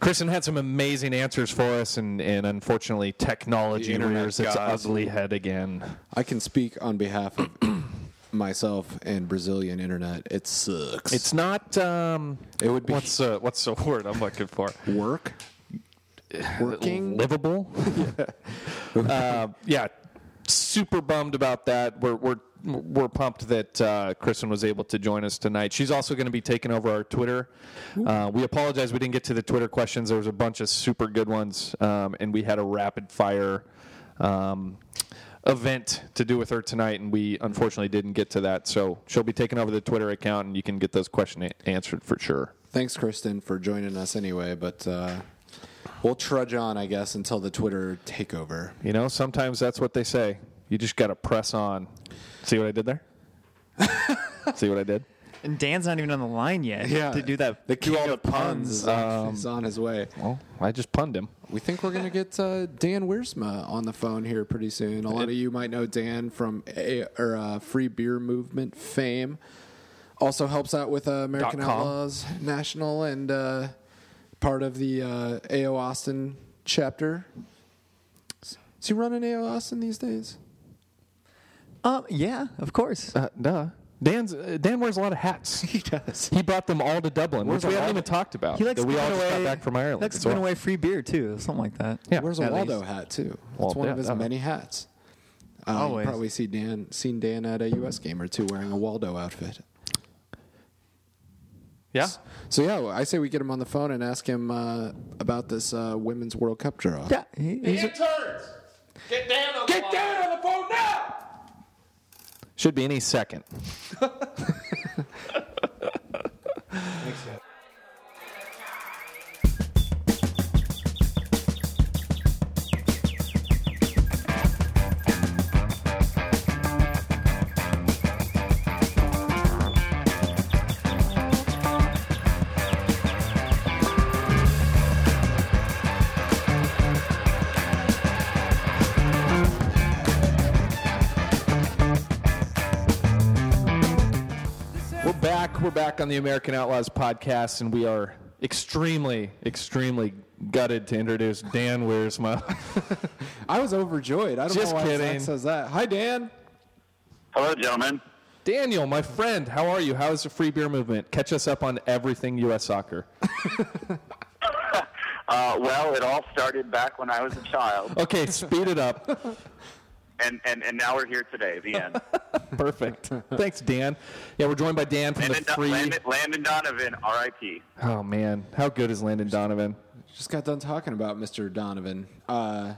Speaker 2: Kristen had some amazing answers for us, and, and unfortunately, technology
Speaker 1: The internet
Speaker 2: rears its
Speaker 1: gods.
Speaker 2: ugly head again.
Speaker 1: I can speak on behalf of myself and Brazilian internet. It sucks.
Speaker 2: It's not. Um,
Speaker 1: It would be-
Speaker 2: What's uh, what's the word I'm looking for?
Speaker 1: work. Working.
Speaker 2: Livable. uh, yeah. Super bummed about that. We're we're we're pumped that uh, Kristen was able to join us tonight. She's also going to be taking over our Twitter. Uh, we apologize we didn't get to the Twitter questions. There was a bunch of super good ones, um, and we had a rapid fire. Um, event to do with her tonight and we unfortunately didn't get to that so she'll be taking over the twitter account and you can get those questions a- answered for sure
Speaker 1: Thanks, Kristen, for joining us anyway. But uh, we'll trudge on, I guess, until the Twitter takeover.
Speaker 2: You know, sometimes that's what they say. You just got to press on. See what I did there? See what I did?
Speaker 3: And Dan's not even on the line yet. To do that.
Speaker 1: the
Speaker 3: do
Speaker 1: king
Speaker 3: all
Speaker 1: of puns is on, is on his way.
Speaker 2: Well, I just punned him.
Speaker 1: We think we're going to get uh, Dan Wiersma on the phone here pretty soon. A lot of you might know Dan from a, or, uh, Free Beer Movement fame. Also helps out with uh, American
Speaker 2: Dot com.
Speaker 1: Outlaws National and uh, part of the uh, AO Austin chapter. Is he running AO Austin these days?
Speaker 3: Um, yeah, of course.
Speaker 2: Uh, duh. Dan's uh, Dan wears a lot of hats. He
Speaker 1: does.
Speaker 2: He brought them all to Dublin,
Speaker 1: Where's
Speaker 2: which we
Speaker 1: the
Speaker 2: haven't
Speaker 1: wallet?
Speaker 2: even talked about.
Speaker 3: He likes
Speaker 2: Uh, that we all
Speaker 3: giving
Speaker 2: just
Speaker 3: away-
Speaker 2: got back from Ireland.
Speaker 3: He likes
Speaker 2: as
Speaker 3: giving
Speaker 2: well.
Speaker 3: away free beer too, something like that.
Speaker 2: Yeah.
Speaker 1: Where's a
Speaker 3: At
Speaker 1: Waldo
Speaker 3: least.
Speaker 1: hat too? That's
Speaker 2: Well,
Speaker 1: one of
Speaker 2: yeah,
Speaker 1: his
Speaker 2: that-
Speaker 1: many hats. Uh, you
Speaker 3: Always.
Speaker 1: probably see Dan seen Dan at a US game or two wearing a Waldo outfit.
Speaker 2: Yeah.
Speaker 1: So yeah, well, I say we get him on the phone and ask him uh, about this uh, women's World Cup draw.
Speaker 3: Yeah, he- he's a-
Speaker 2: Get down on the phone now. Should be any second. We're back. We're back on the American Outlaws podcast, and we are extremely, extremely gutted to introduce Dan Wiersma.
Speaker 1: I was overjoyed. I don't
Speaker 2: Just
Speaker 1: know why
Speaker 2: kidding.
Speaker 1: Zach says that. Hi Dan.
Speaker 6: Hello, gentlemen.
Speaker 2: Daniel, my friend, how are you? How is the free beer movement? Catch us up on everything U.S. soccer.
Speaker 6: Uh, well, it all started back when I was a child,
Speaker 2: Okay, speed it up.
Speaker 6: and, and, and now we're here today. The end.
Speaker 2: Perfect. Thanks, Dan. Yeah, we're joined by Dan from
Speaker 6: Landon,
Speaker 2: the free.
Speaker 6: Landon, Landon Donovan, R.I.P.
Speaker 2: Oh man, how good is Landon Donovan?
Speaker 1: Just got done talking about Mr. Donovan. Uh,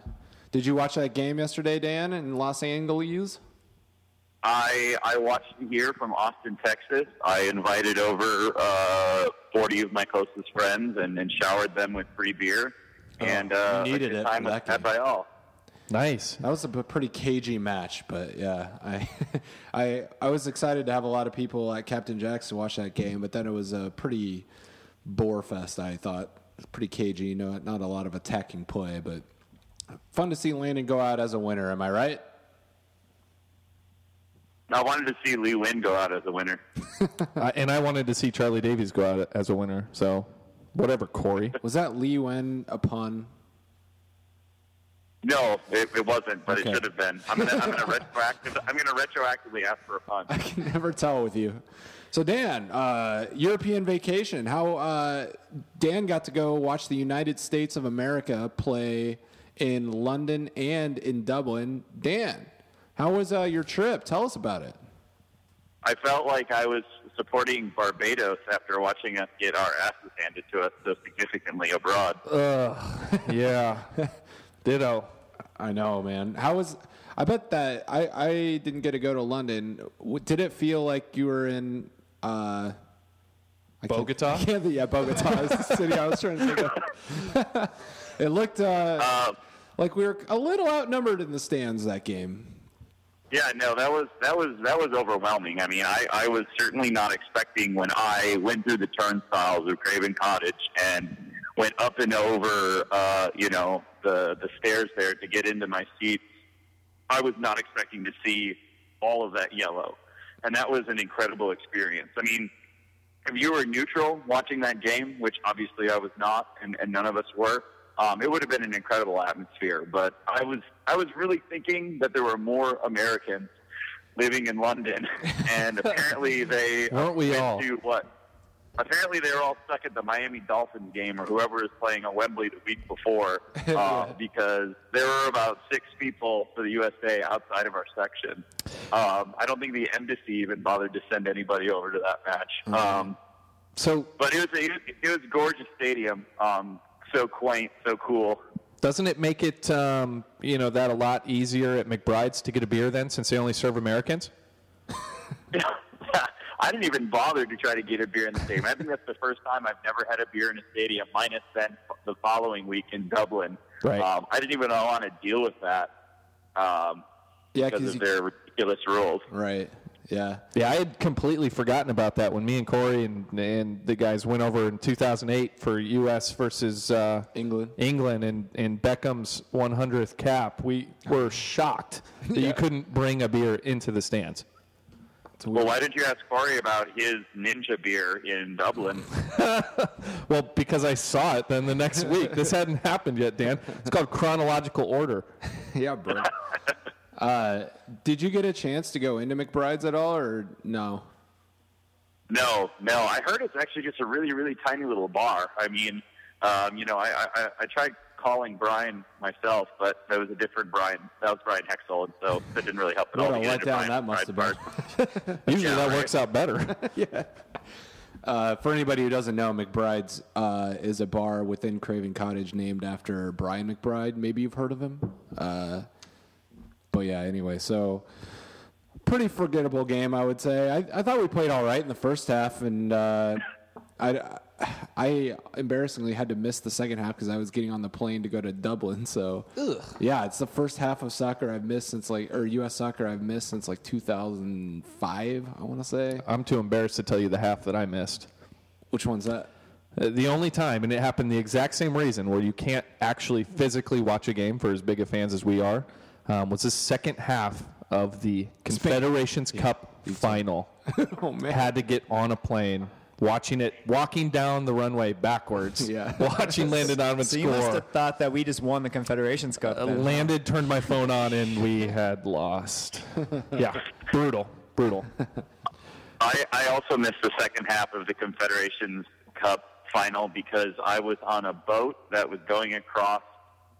Speaker 1: did you watch that game yesterday, Dan, in Los Angeles?
Speaker 6: I I watched him here from Austin, Texas. I invited over uh, 40 of my closest friends and, and showered them with free beer. and uh,
Speaker 1: Oh, you needed
Speaker 6: a good
Speaker 1: it
Speaker 6: time
Speaker 1: for
Speaker 6: was
Speaker 1: that
Speaker 6: had
Speaker 1: game.
Speaker 6: by all.
Speaker 2: Nice.
Speaker 1: That was a p- pretty cagey match, but yeah, I, I, I was excited to have a lot of people at Captain Jack's to watch that game, but then it was a pretty bore fest. I thought It was pretty cagey, you know, not a lot of attacking play, but fun to see Landon go out as a winner. Am I right?
Speaker 6: I wanted to see Lee Win go out as a winner.
Speaker 2: I, and I wanted to see Charlie Davies go out as a winner. So, whatever, Corey.
Speaker 1: Was that Lee Wen a pun?
Speaker 6: No, it, it wasn't, but
Speaker 1: Okay.
Speaker 6: it should have been. I'm gonna I'm gonna retroactively I'm gonna retroactively ask for a pun.
Speaker 1: I can never tell with you. So Dan, uh, European vacation. How uh, Dan got to go watch the United States of America play in London and in Dublin. Dan, how was uh, your trip? Tell us about it.
Speaker 6: I felt like I was supporting Barbados after watching us get our asses handed to us so significantly abroad.
Speaker 2: Yeah. Ditto.
Speaker 1: I know, man. How was? I bet that I I didn't get to go to London. W- Did it feel like you were in? Uh, I can't-
Speaker 2: Bogota?
Speaker 1: I can't think- yeah, Bogota is the city I was trying to think of. it looked uh, like we were a little outnumbered in the stands that game.
Speaker 6: Yeah, no, that was that was that was overwhelming. I mean, I, I was certainly not expecting when I went through the turnstiles of Craven Cottage and went up and over, uh, you know, the the stairs there to get into my seats. I was not expecting to see all of that yellow, and that was an incredible experience. I mean, if you were neutral watching that game, which obviously I was not, and, and none of us were, um, it would have been an incredible atmosphere. But I was I was really thinking that there were more Americans living in London, and apparently they
Speaker 2: Weren't we
Speaker 6: went
Speaker 2: all?
Speaker 6: to what? Apparently they were all stuck at the Miami Dolphins game or whoever is playing at Wembley the week before, uh, because there were about six people for the USA outside of our section. Um, I don't think the embassy even bothered to send anybody over to that match. Um,
Speaker 2: So
Speaker 6: but it was a, it was a gorgeous stadium. Um, so quaint, so cool.
Speaker 2: doesn't it make it um, you know that a lot easier at McBride's to get a beer then, since they only serve Americans?
Speaker 6: I didn't even bother to try to get a beer in the stadium. I think that's the first time I've never had a beer in a stadium, minus then the following week in Dublin.
Speaker 2: Right.
Speaker 6: Um, I didn't even want to deal with that um,
Speaker 1: Yeah,
Speaker 6: because
Speaker 1: because
Speaker 6: of their ridiculous rules.
Speaker 1: right. Yeah.
Speaker 2: Yeah, I had completely forgotten about that when me and Corey and, and the guys went over in 2008 for U.S. versus uh,
Speaker 1: England.
Speaker 2: England and, and Beckham's 100th cap. We were shocked that you couldn't bring a beer into the stands.
Speaker 6: Well, why didn't you ask Corey about his ninja beer in Dublin?
Speaker 2: Well, because I saw it then the next week. This hadn't happened yet, Dan. It's called chronological order.
Speaker 1: Yeah, bro. uh, did you get a chance to go into McBride's at all, or no?
Speaker 6: No, no. I heard it's actually just a really, really tiny little bar. I mean, um, you know, I, I- I, I tried calling Brian myself, but that was a different Brian. That was Brian Hexel, and so that didn't really help at all.
Speaker 1: What a
Speaker 6: to get
Speaker 1: letdown
Speaker 6: into Brian's
Speaker 1: that must have
Speaker 6: pride
Speaker 1: been.
Speaker 6: part.
Speaker 2: Usually
Speaker 6: Yeah,
Speaker 2: that
Speaker 6: right.
Speaker 2: works out better.
Speaker 1: Uh, for anybody who doesn't know, McBride's uh, is a bar within Craven Cottage named after Brian McBride. Maybe you've heard of him. Uh, but yeah, anyway, so pretty forgettable game, I would say. I, I thought we played all right in the first half, and uh, I, I embarrassingly had to miss the second half because I was getting on the plane to go to Dublin. So yeah, it's the first half of soccer I've missed since like or U.S. soccer I've missed since like 2005. I want to say
Speaker 2: I'm too embarrassed to tell you the half that I missed.
Speaker 1: which one's that?
Speaker 2: Uh, The only time, and it happened the exact same reason, where you can't actually physically watch a game for as big of fans as we are, um, was the second half of the Confederations Cup final.
Speaker 1: Oh man.
Speaker 2: Had to get on a plane, watching it, walking down the runway backwards,
Speaker 1: Yeah.
Speaker 2: watching Landon Donovan
Speaker 3: So you must
Speaker 2: score.
Speaker 3: have thought that we just won the Confederations Cup.
Speaker 2: Uh,
Speaker 3: then.
Speaker 2: landed, turned my phone on, and we had lost. Yeah, brutal, brutal.
Speaker 6: I, I also missed the second half of the Confederations Cup final because I was on a boat that was going across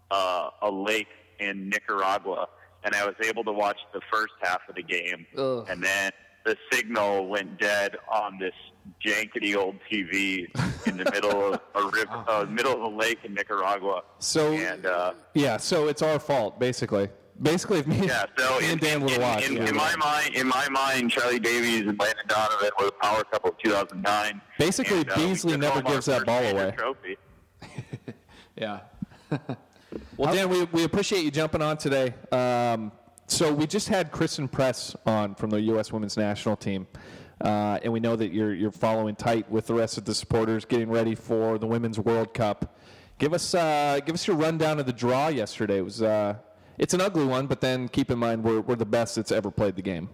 Speaker 6: uh, a lake in Nicaragua, and I was able to watch the first half of the game, and then the signal went dead on this jankety old TV in the middle of a river, uh, middle of a lake in Nicaragua.
Speaker 2: So-
Speaker 6: and uh,
Speaker 2: Yeah, so it's our fault, basically. Basically, if me,
Speaker 6: yeah, so
Speaker 2: me
Speaker 6: in,
Speaker 2: and Dan would
Speaker 6: in,
Speaker 2: have watched.
Speaker 6: in,
Speaker 2: we
Speaker 6: in
Speaker 2: would've
Speaker 6: my
Speaker 2: won.
Speaker 6: mind, in my mind, Charlie Davies and Landon Donovan were the power couple of 2009.
Speaker 2: Basically,
Speaker 6: And, uh, we
Speaker 2: Beasley
Speaker 6: took
Speaker 2: never
Speaker 6: home our
Speaker 2: gives that
Speaker 6: first
Speaker 2: ball
Speaker 6: major
Speaker 2: away.
Speaker 6: Trophy.
Speaker 1: Yeah.
Speaker 2: Well, Dan, we, we appreciate you jumping on today. Um, so we just had Kristen Press on from the U.S. Women's National Team, uh, and we know that you're you're following tight with the rest of the supporters, getting ready for the Women's World Cup. Give us uh, give us your rundown of the draw yesterday. It was uh, it's an ugly one, but then keep in mind we're we're the best that's ever played the game.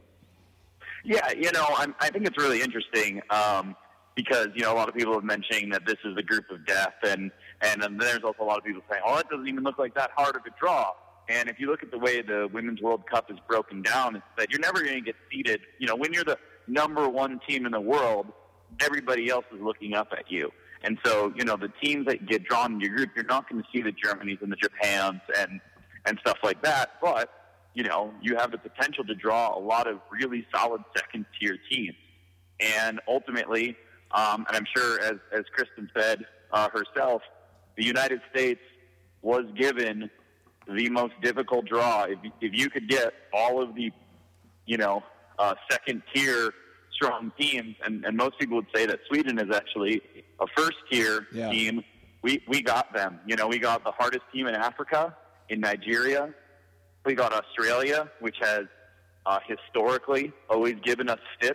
Speaker 6: Yeah, you know, I'm, I think it's really interesting um, because you know a lot of people have mentioning that this is the group of death, and and then there's also a lot of people saying, "Oh, it doesn't even look like that hard of a draw." And if you look at the way the Women's World Cup is broken down, it's that you're never going to get seeded. You know, when you're the number one team in the world, everybody else is looking up at you. And so, you know, the teams that get drawn in your group, you're not going to see the Germanys and the Japans and and stuff like that. But you know, you have the potential to draw a lot of really solid second tier teams. And ultimately, um, and I'm sure as, as Kristen said uh, herself, the United States was given the most difficult draw. If, if you could get all of the, you know, uh, second tier strong teams, and, and most people would say that Sweden is actually a first tier
Speaker 1: Yeah.
Speaker 6: team, we, we got them. You know, we got the hardest team in Africa, in Nigeria, we got Australia, which has uh, historically always given us fits.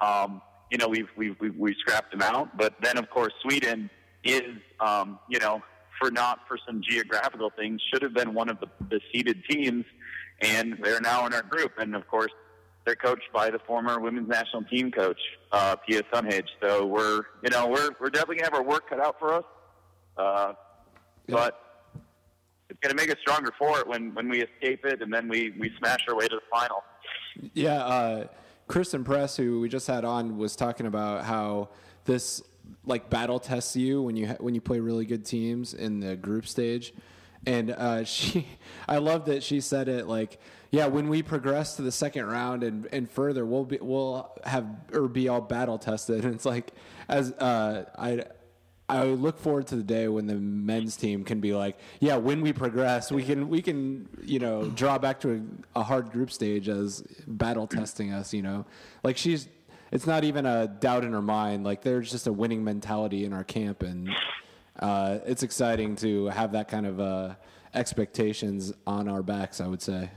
Speaker 6: Um, you know, we've, we've, we've, we've scrapped them out. But then, of course, Sweden is, um, you know, for not for some geographical things, should have been one of the, the seeded teams. And they're now in our group. And, of course, they're coached by the former women's national team coach, uh, Pia Sunhage. So we're, you know, we're, we're definitely going to have our work cut out for us. Uh, But it's going to make us stronger for it when, when we escape it and then we, we smash our way to the final.
Speaker 1: Yeah, uh, Kristen Press, who we just had on, was talking about how this like battle tests you when you ha- when you play really good teams in the group stage, and uh, she, I love that she said it like, yeah, when we progress to the second round and, and further, we'll be we'll have or be all battle tested, and it's like as uh, I. I look forward to the day when the men's team can be like, yeah, when we progress, we can we can you know draw back to a, a hard group stage as battle testing us. You know, like she's it's not even a doubt in her mind. Like there's just a winning mentality in our camp, and uh, it's exciting to have that kind of uh, expectations on our backs. I would say.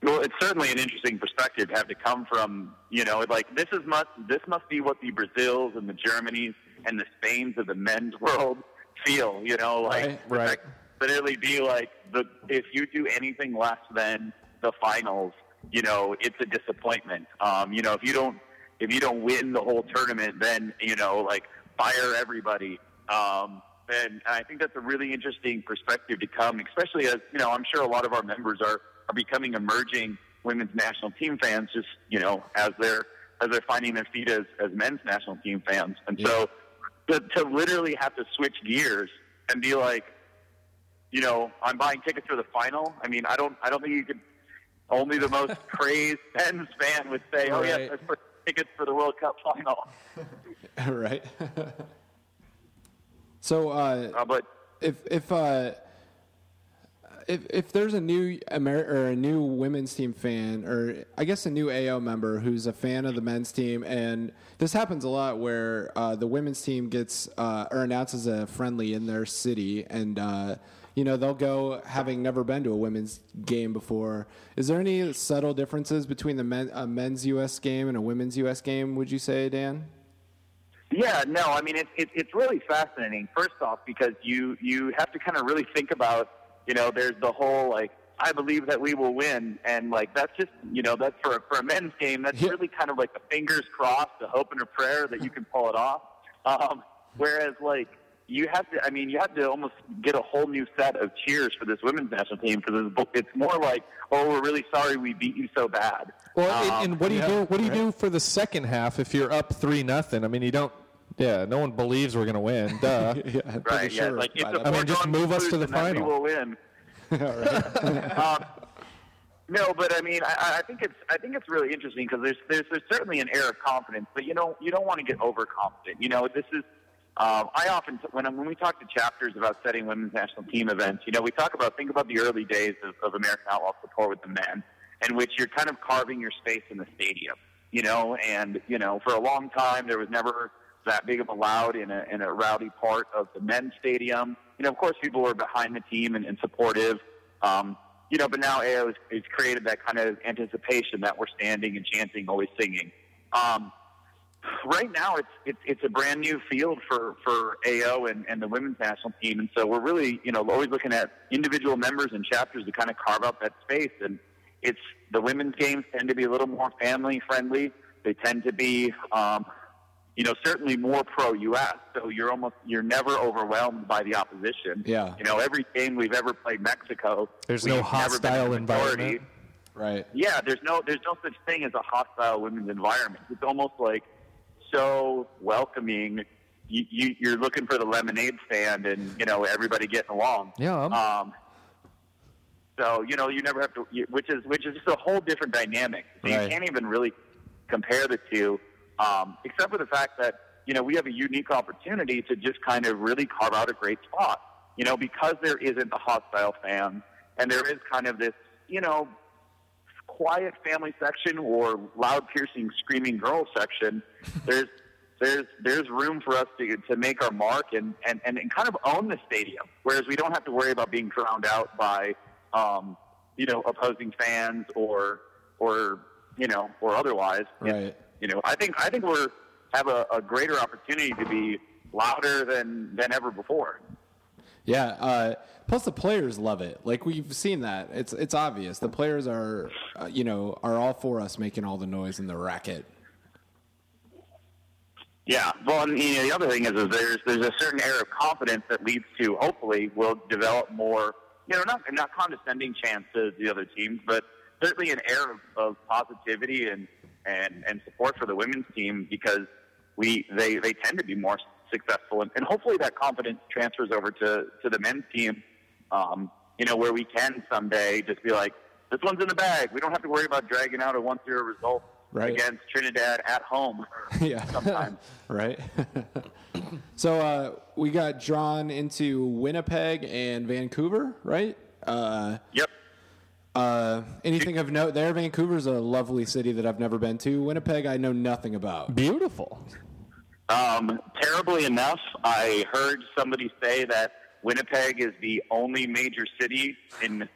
Speaker 6: Well, it's certainly an interesting perspective to have to come from, you know, like this is must this must be what the Brazils and the Germanys and the Spains of the men's world feel, you know, like
Speaker 1: Right,
Speaker 6: the
Speaker 2: right.
Speaker 6: fact- literally be like the if you do anything less than the finals, you know, it's a disappointment. Um, you know, if you don't if you don't win the whole tournament, then you know, like fire everybody. Um, and I think that's a really interesting perspective to come, especially as you know, I'm sure a lot of our members are are becoming emerging women's national team fans, just you know, as they're as they're finding their feet as as men's national team fans, and so. To, to literally have to switch gears and be like, you know, I'm buying tickets for the final. I mean, I don't, I don't think you could. Only the most crazed Pens fan would say, "Oh yes,
Speaker 1: Right.
Speaker 6: let's put tickets for the World Cup final."
Speaker 1: right. so uh,
Speaker 6: Uh, but
Speaker 1: if if uh if if there's a new Amer- or a new women's team fan or I guess a new AO member who's a fan of the men's team and this happens a lot where uh, the women's team gets uh, or announces a friendly in their city and uh, you know they'll go having never been to a women's game before is there any subtle differences between the men, a men's US game and a women's US game would you say Dan
Speaker 6: Yeah, no, I mean it's it, it's really fascinating. First off, because you you have to kind of really think about you know there's the whole like I believe that we will win, and like that's just you know that's for for a men's game that's
Speaker 1: Yeah.
Speaker 6: really kind of like the fingers crossed, the hope and a prayer that you can pull it off. Um, whereas like you have to, I mean you have to almost get a whole new set of cheers for this women's national team because it's, it's more like oh we're really sorry we beat you so bad.
Speaker 2: Well,
Speaker 6: Um,
Speaker 2: and, and what do you do? What do you do for the second half if you're up three nothing? I mean, you don't. Yeah, no one believes we're gonna win. Duh.
Speaker 1: yeah
Speaker 6: Right. Yeah. Like it's a
Speaker 2: I mean, just
Speaker 6: foregone
Speaker 2: move us to the final.
Speaker 6: conclusion that We will win. um, no, but I mean, I- I, I think it's I think it's really interesting because there's, there's there's certainly an air of confidence, but you don't you don't want to get overconfident. You know, this is um, I often when I'm- when we talk to chapters about setting women's national team events, you know, we talk about think about the early days of, of American Outlaw support with the men, in which you're kind of carving your space in the stadium. You know, and you know, for a long time there was never that big of a loud in a in a rowdy part of the men's stadium. You know, of course, people were behind the team and, and supportive. Um, you know, but now AO has, has created that kind of anticipation that we're standing and chanting, always singing. Um, right now, it's, it's it's a brand new field for for AO and, and the women's national team, and so we're really you know always looking at individual members and chapters to kind of carve out that space. And it's the women's games tend to be a little more family friendly. They tend to be um, you know certainly more pro U.S. So you're almost you're never overwhelmed by the opposition.
Speaker 1: Yeah.
Speaker 6: you know every game we've ever played Mexico,
Speaker 2: There's
Speaker 6: we've
Speaker 2: no
Speaker 6: never been
Speaker 2: hostile
Speaker 6: the majority.
Speaker 2: environment.
Speaker 1: right
Speaker 6: Yeah, there's no there's no such thing as a hostile women's environment. It's almost like so welcoming. You, you you're looking for the lemonade stand, and you know everybody getting along.
Speaker 2: Yeah, I'm-
Speaker 6: Um. So you know you never have to, you, which is which is just a whole different dynamic. So
Speaker 1: Right.
Speaker 6: You can't even really compare the two, um, except for the fact that you know we have a unique opportunity to just kind of really carve out a great spot. You know because there isn't the hostile fan, and there is kind of this you know quiet family section or loud piercing screaming girl section there's there's there's room for us to to make our mark and and and, and kind of own the stadium whereas we don't have to worry about being drowned out by um you know opposing fans or or you know or otherwise
Speaker 1: Right.
Speaker 6: you know i think i think we're have a, a greater opportunity to be louder than than ever before
Speaker 1: Yeah. Uh, plus, the players love it. Like we've seen that. It's it's obvious. The players are, uh, you know, are all for us making all the noise and the racket.
Speaker 6: Yeah. Well, and you know, the other thing is, is there's there's a certain air of confidence that leads to hopefully we'll develop more, you know, not not condescending chants to the other teams, but certainly an air of, of positivity and, and, and support for the women's team because we they, they tend to be more successful and, and hopefully that confidence transfers over to, to the men's team. Um, you know, where we can someday just be like, this one's in the bag. We don't have to worry about dragging out a one zero result
Speaker 1: Right.
Speaker 6: against Trinidad at home.
Speaker 1: yeah.
Speaker 6: Sometimes.
Speaker 1: right. so uh, we got drawn into Winnipeg and Vancouver, right? Uh,
Speaker 6: yep.
Speaker 1: uh, anything of note there? Vancouver's a lovely city that I've never been to. Winnipeg, I know nothing about.
Speaker 2: Beautiful.
Speaker 6: Um, terribly enough, I heard somebody say that Winnipeg is the only major city in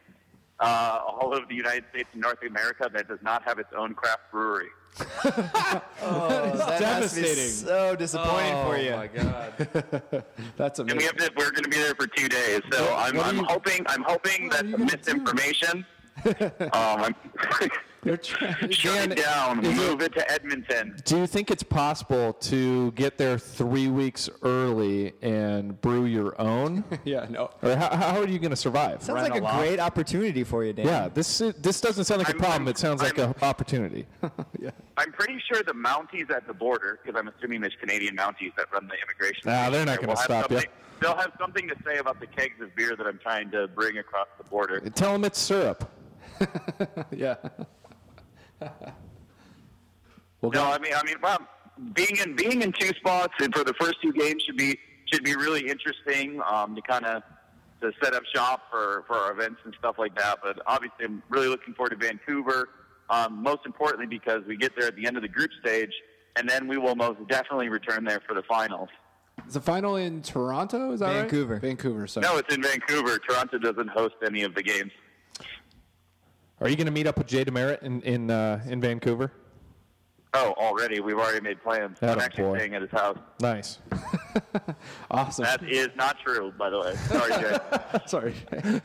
Speaker 6: uh, all of the United States and North America that does not have its own craft brewery.
Speaker 3: that must be
Speaker 1: Devastating.
Speaker 3: so disappointing for
Speaker 2: Oh.
Speaker 3: you.
Speaker 2: god.
Speaker 1: That's
Speaker 6: And we
Speaker 1: amazing.
Speaker 6: have to, we're going to be there for two days, so I'm,
Speaker 1: what are
Speaker 6: I'm
Speaker 1: you-
Speaker 6: hoping I'm hoping
Speaker 1: What are
Speaker 6: that
Speaker 1: you
Speaker 6: the
Speaker 1: gonna do?
Speaker 6: misinformation. um, I'm
Speaker 1: They're trying-
Speaker 6: shut
Speaker 2: Dan,
Speaker 6: it down.
Speaker 2: is
Speaker 6: Move it to Edmonton.
Speaker 2: Do you think it's possible to get there three weeks early and brew your own?
Speaker 1: yeah, no.
Speaker 2: or how, how are you going to survive?
Speaker 3: Sounds like a great opportunity for you, Dan.
Speaker 2: Yeah, this is, this doesn't sound like a
Speaker 6: I'm-
Speaker 2: problem.
Speaker 6: I'm-
Speaker 2: it sounds like an
Speaker 6: I'm-
Speaker 2: opportunity.
Speaker 6: I'm pretty sure the Mounties at the border, because I'm assuming there's Canadian Mounties that run the immigration.
Speaker 2: Nah, they're not
Speaker 6: there,
Speaker 2: gonna
Speaker 6: will have
Speaker 2: stop ya.
Speaker 6: something- They'll have something to say about the kegs of beer that I'm trying to bring across the border.
Speaker 2: Tell them it's syrup.
Speaker 1: Yeah.
Speaker 6: no, I mean, I mean, wow, being in being in two spots and for the first two games should be should be really interesting um, to kind of to set up shop for for our events and stuff like that. But obviously, I'm really looking forward to Vancouver. Um, most importantly, because we get there at the end of the group stage, and then we will most definitely return there for the finals.
Speaker 1: Is the final in Toronto? Is that right?
Speaker 3: Vancouver.
Speaker 1: Vancouver. Sorry.
Speaker 6: No, it's in Vancouver. Toronto doesn't host any of the games.
Speaker 2: Are you going to meet up with Jay Demerit in in, uh, in Vancouver?
Speaker 6: Oh, already we've already made plans. I'm
Speaker 2: Atta
Speaker 6: actually
Speaker 2: boy.
Speaker 6: staying at his house.
Speaker 2: Nice.
Speaker 1: Awesome.
Speaker 6: That is not true, by the way. Sorry, Jay.
Speaker 1: Sorry.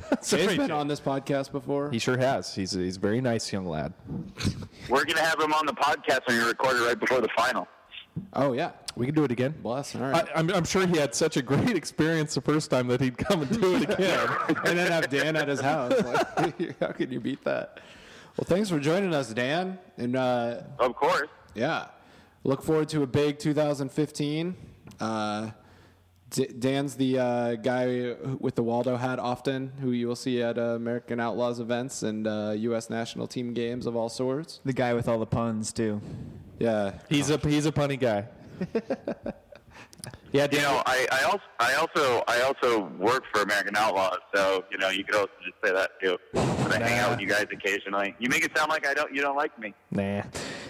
Speaker 2: Sorry,
Speaker 1: Jay's been
Speaker 2: Jay.
Speaker 1: on this podcast before.
Speaker 2: He sure has. He's he's a very nice young lad.
Speaker 6: We're gonna have him on the podcast when you record it right before the final.
Speaker 1: oh yeah.
Speaker 2: We can do it again.
Speaker 1: Bless. All right.
Speaker 2: I, I'm, I'm sure he had such a great experience the first time that he'd come and do it again.
Speaker 1: and then have Dan at his house. Like, how can you beat that? Well, thanks for joining us, Dan. And uh,
Speaker 6: Of course.
Speaker 1: yeah, look forward to a big 2015. Uh, D- Dan's the uh, guy with the Waldo hat often, who you will see at uh, American Outlaws events and uh, U.S. national team games of all sorts.
Speaker 3: The guy with all the puns too.
Speaker 1: Yeah,
Speaker 2: He's a he's a punny guy. yeah,
Speaker 6: You know, I, I also I also I also work for American Outlaws, so you know you could also just say that too. But I hang out with you guys occasionally. You make it sound like I don't you don't like me.
Speaker 2: Nah,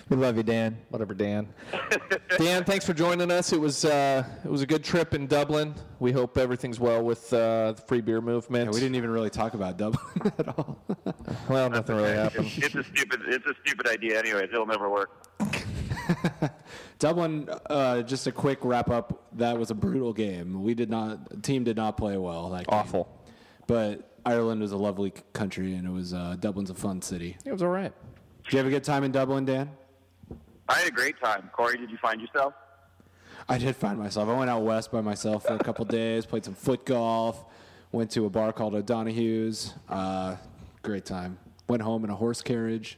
Speaker 3: We love you, Dan.
Speaker 2: whatever, Dan. Dan, thanks for joining us. It was uh, it was a good trip in Dublin. We hope everything's well with uh, the free beer movement.
Speaker 1: Yeah, we didn't even really talk about Dublin at all.
Speaker 2: Well, nothing really happened.
Speaker 6: It's a stupid it's a stupid idea, anyways. It'll never work.
Speaker 1: Dublin, uh, just a quick wrap up. That was a brutal game. We did not team did not play well. That game.
Speaker 2: Awful.
Speaker 1: But Ireland is a lovely c- country, and it was uh, Dublin's a fun city.
Speaker 2: It was all right.
Speaker 1: Did you have a good time in Dublin, Dan?
Speaker 6: I had a great time. Corey, did you find yourself?
Speaker 1: I did find myself. I went out west by myself for a couple days, played some foot golf, went to a bar called O'Donohue's. Uh, great time. Went home in a horse carriage.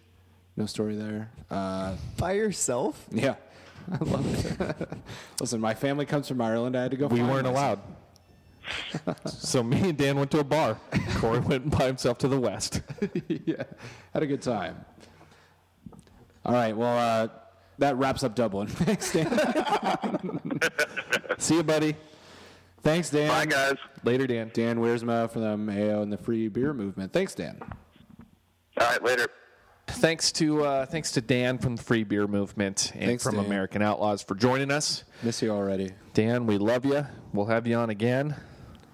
Speaker 1: No story there. Uh,
Speaker 3: By yourself?
Speaker 1: yeah, I love it. Listen, my family comes from Ireland. I had to go.
Speaker 2: We
Speaker 1: find
Speaker 2: weren't
Speaker 1: myself.
Speaker 2: allowed. so me and Dan went to a bar. Corey went by himself to the west.
Speaker 1: yeah, had a good time. All right, well, uh, that wraps up Dublin. Thanks, Dan.
Speaker 2: See you, buddy.
Speaker 1: Thanks, Dan.
Speaker 6: Bye guys.
Speaker 2: Later, Dan.
Speaker 1: Dan Wiersma from AO and the Free Beer Movement. Thanks, Dan.
Speaker 6: All right, later.
Speaker 2: Thanks to uh, thanks to Dan from the Free Beer Movement and
Speaker 1: Thanks,
Speaker 2: from
Speaker 1: Dan.
Speaker 2: American Outlaws for joining us.
Speaker 1: Miss you already.
Speaker 2: Dan, we love you. We'll have you on again,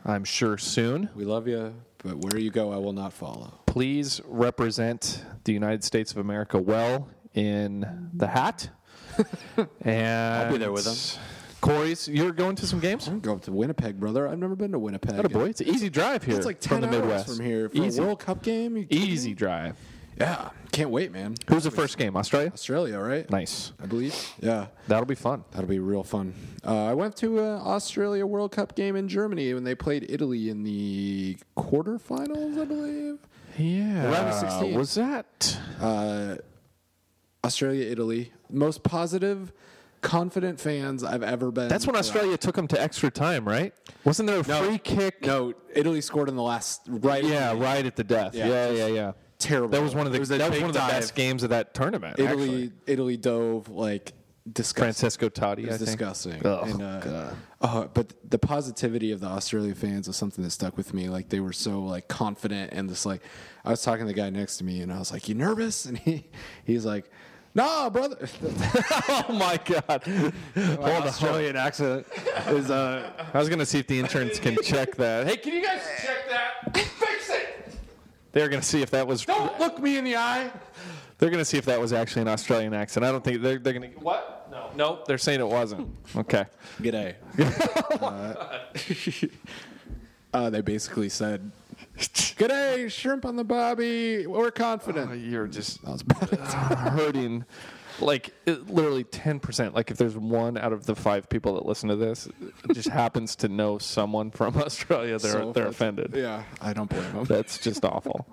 Speaker 2: I'm sure soon.
Speaker 1: We love you, but where you go, I will not follow.
Speaker 2: Please represent the United States of America well in the hat. and
Speaker 1: I'll be there with him.
Speaker 2: Corey's, you're going to some games?
Speaker 1: Go up to Winnipeg, brother. I've never been to Winnipeg.
Speaker 2: Not a boy. It's an easy drive here.
Speaker 1: It's like
Speaker 2: from
Speaker 1: ten
Speaker 2: the
Speaker 1: hours
Speaker 2: Midwest.
Speaker 1: from here for
Speaker 2: easy, E
Speaker 1: a World Cup game. You-
Speaker 2: easy drive.
Speaker 1: Yeah, can't wait, man.
Speaker 2: Who's the first game? Australia.
Speaker 1: Australia, right?
Speaker 2: Nice.
Speaker 1: I believe. Yeah.
Speaker 2: That'll be fun.
Speaker 1: That'll be real fun. Uh, I went to an Australia World Cup game in Germany when they played Italy in the quarterfinals, I believe.
Speaker 2: Yeah.
Speaker 1: Round of 16.
Speaker 2: Was that?
Speaker 1: Uh, Australia, Italy, most positive, confident fans I've ever been.
Speaker 2: That's when
Speaker 1: around.
Speaker 2: Australia took them to extra time, right? Wasn't there a free kick?
Speaker 1: No, Italy scored in the last right.
Speaker 2: Yeah, right at the death.
Speaker 1: Yeah,
Speaker 2: Yeah, yeah,
Speaker 1: just
Speaker 2: yeah.
Speaker 1: terrible.
Speaker 2: That was one of the
Speaker 1: It was a
Speaker 2: that was
Speaker 1: big
Speaker 2: one of the
Speaker 1: dive.
Speaker 2: best games of that tournament.
Speaker 1: Italy,
Speaker 2: actually.
Speaker 1: Italy dove like disgusting.
Speaker 2: Francesco Totti.
Speaker 1: It
Speaker 2: I
Speaker 1: was
Speaker 2: think.
Speaker 1: disgusting.
Speaker 2: Oh,
Speaker 1: And, uh,
Speaker 2: God.
Speaker 1: oh, but the positivity of the Australia fans was something that stuck with me. Like they were so like confident and just like I was talking to the guy next to me and I was like, "You nervous?" And he he's like, "Nah, brother."
Speaker 2: oh my God! Hold on.
Speaker 1: Australian accent is uh
Speaker 2: I was gonna see if the interns can check that. Hey,
Speaker 1: Can you guys check that? Fix it.
Speaker 2: they're gonna see if that was.
Speaker 1: Don't look me in the eye.
Speaker 2: They're gonna see if that was actually an Australian accent. I don't think they're they're gonna. What? No. Nope. They're saying it wasn't. Okay.
Speaker 1: G'day. uh, uh, they basically said, "G'day, shrimp on the bobby. We're confident."
Speaker 2: You're just
Speaker 1: That was bad.
Speaker 2: hurting. Like it- literally ten percent. Like if there's one out of the five people that listen to this, just happens to know someone from Australia, they're
Speaker 1: So
Speaker 2: they're
Speaker 1: offensive.
Speaker 2: offended.
Speaker 1: Yeah, I don't blame them.
Speaker 2: That's just awful.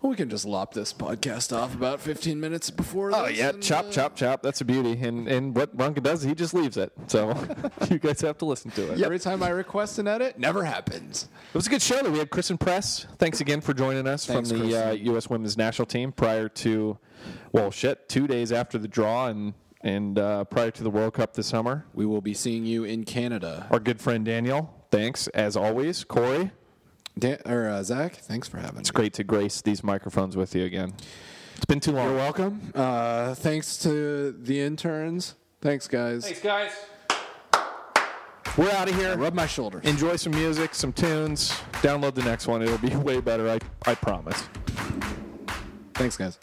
Speaker 1: we can just lop this podcast off about 15 minutes before.
Speaker 2: Oh
Speaker 1: this
Speaker 2: yeah,
Speaker 1: and,
Speaker 2: chop,
Speaker 1: uh,
Speaker 2: chop, chop. That's a beauty. And and what Ronka does, he just leaves it. So you guys have to listen to it.
Speaker 1: Every time I request an edit, never happens.
Speaker 2: It was a good show. Though. We had Kristen Press. Thanks again for joining us
Speaker 1: Thanks,
Speaker 2: from the uh,
Speaker 1: Kristen.
Speaker 2: U.S. Women's National Team prior to, well, shit, two days after the draw and and uh, prior to the World Cup this summer.
Speaker 1: We will be seeing you in Canada.
Speaker 2: Our good friend Daniel. Thanks as always, Corey.
Speaker 1: Dan- or uh, Zach, thanks for having me.
Speaker 2: It's great to grace these microphones with you again. It's been too long.
Speaker 1: You're welcome. Uh, thanks to the interns. Thanks, guys.
Speaker 2: guys. We're out of here.
Speaker 1: Rub my shoulders.
Speaker 2: Enjoy some music, some tunes. Download the next one. It'll be way better. I, I promise.
Speaker 1: Thanks, guys.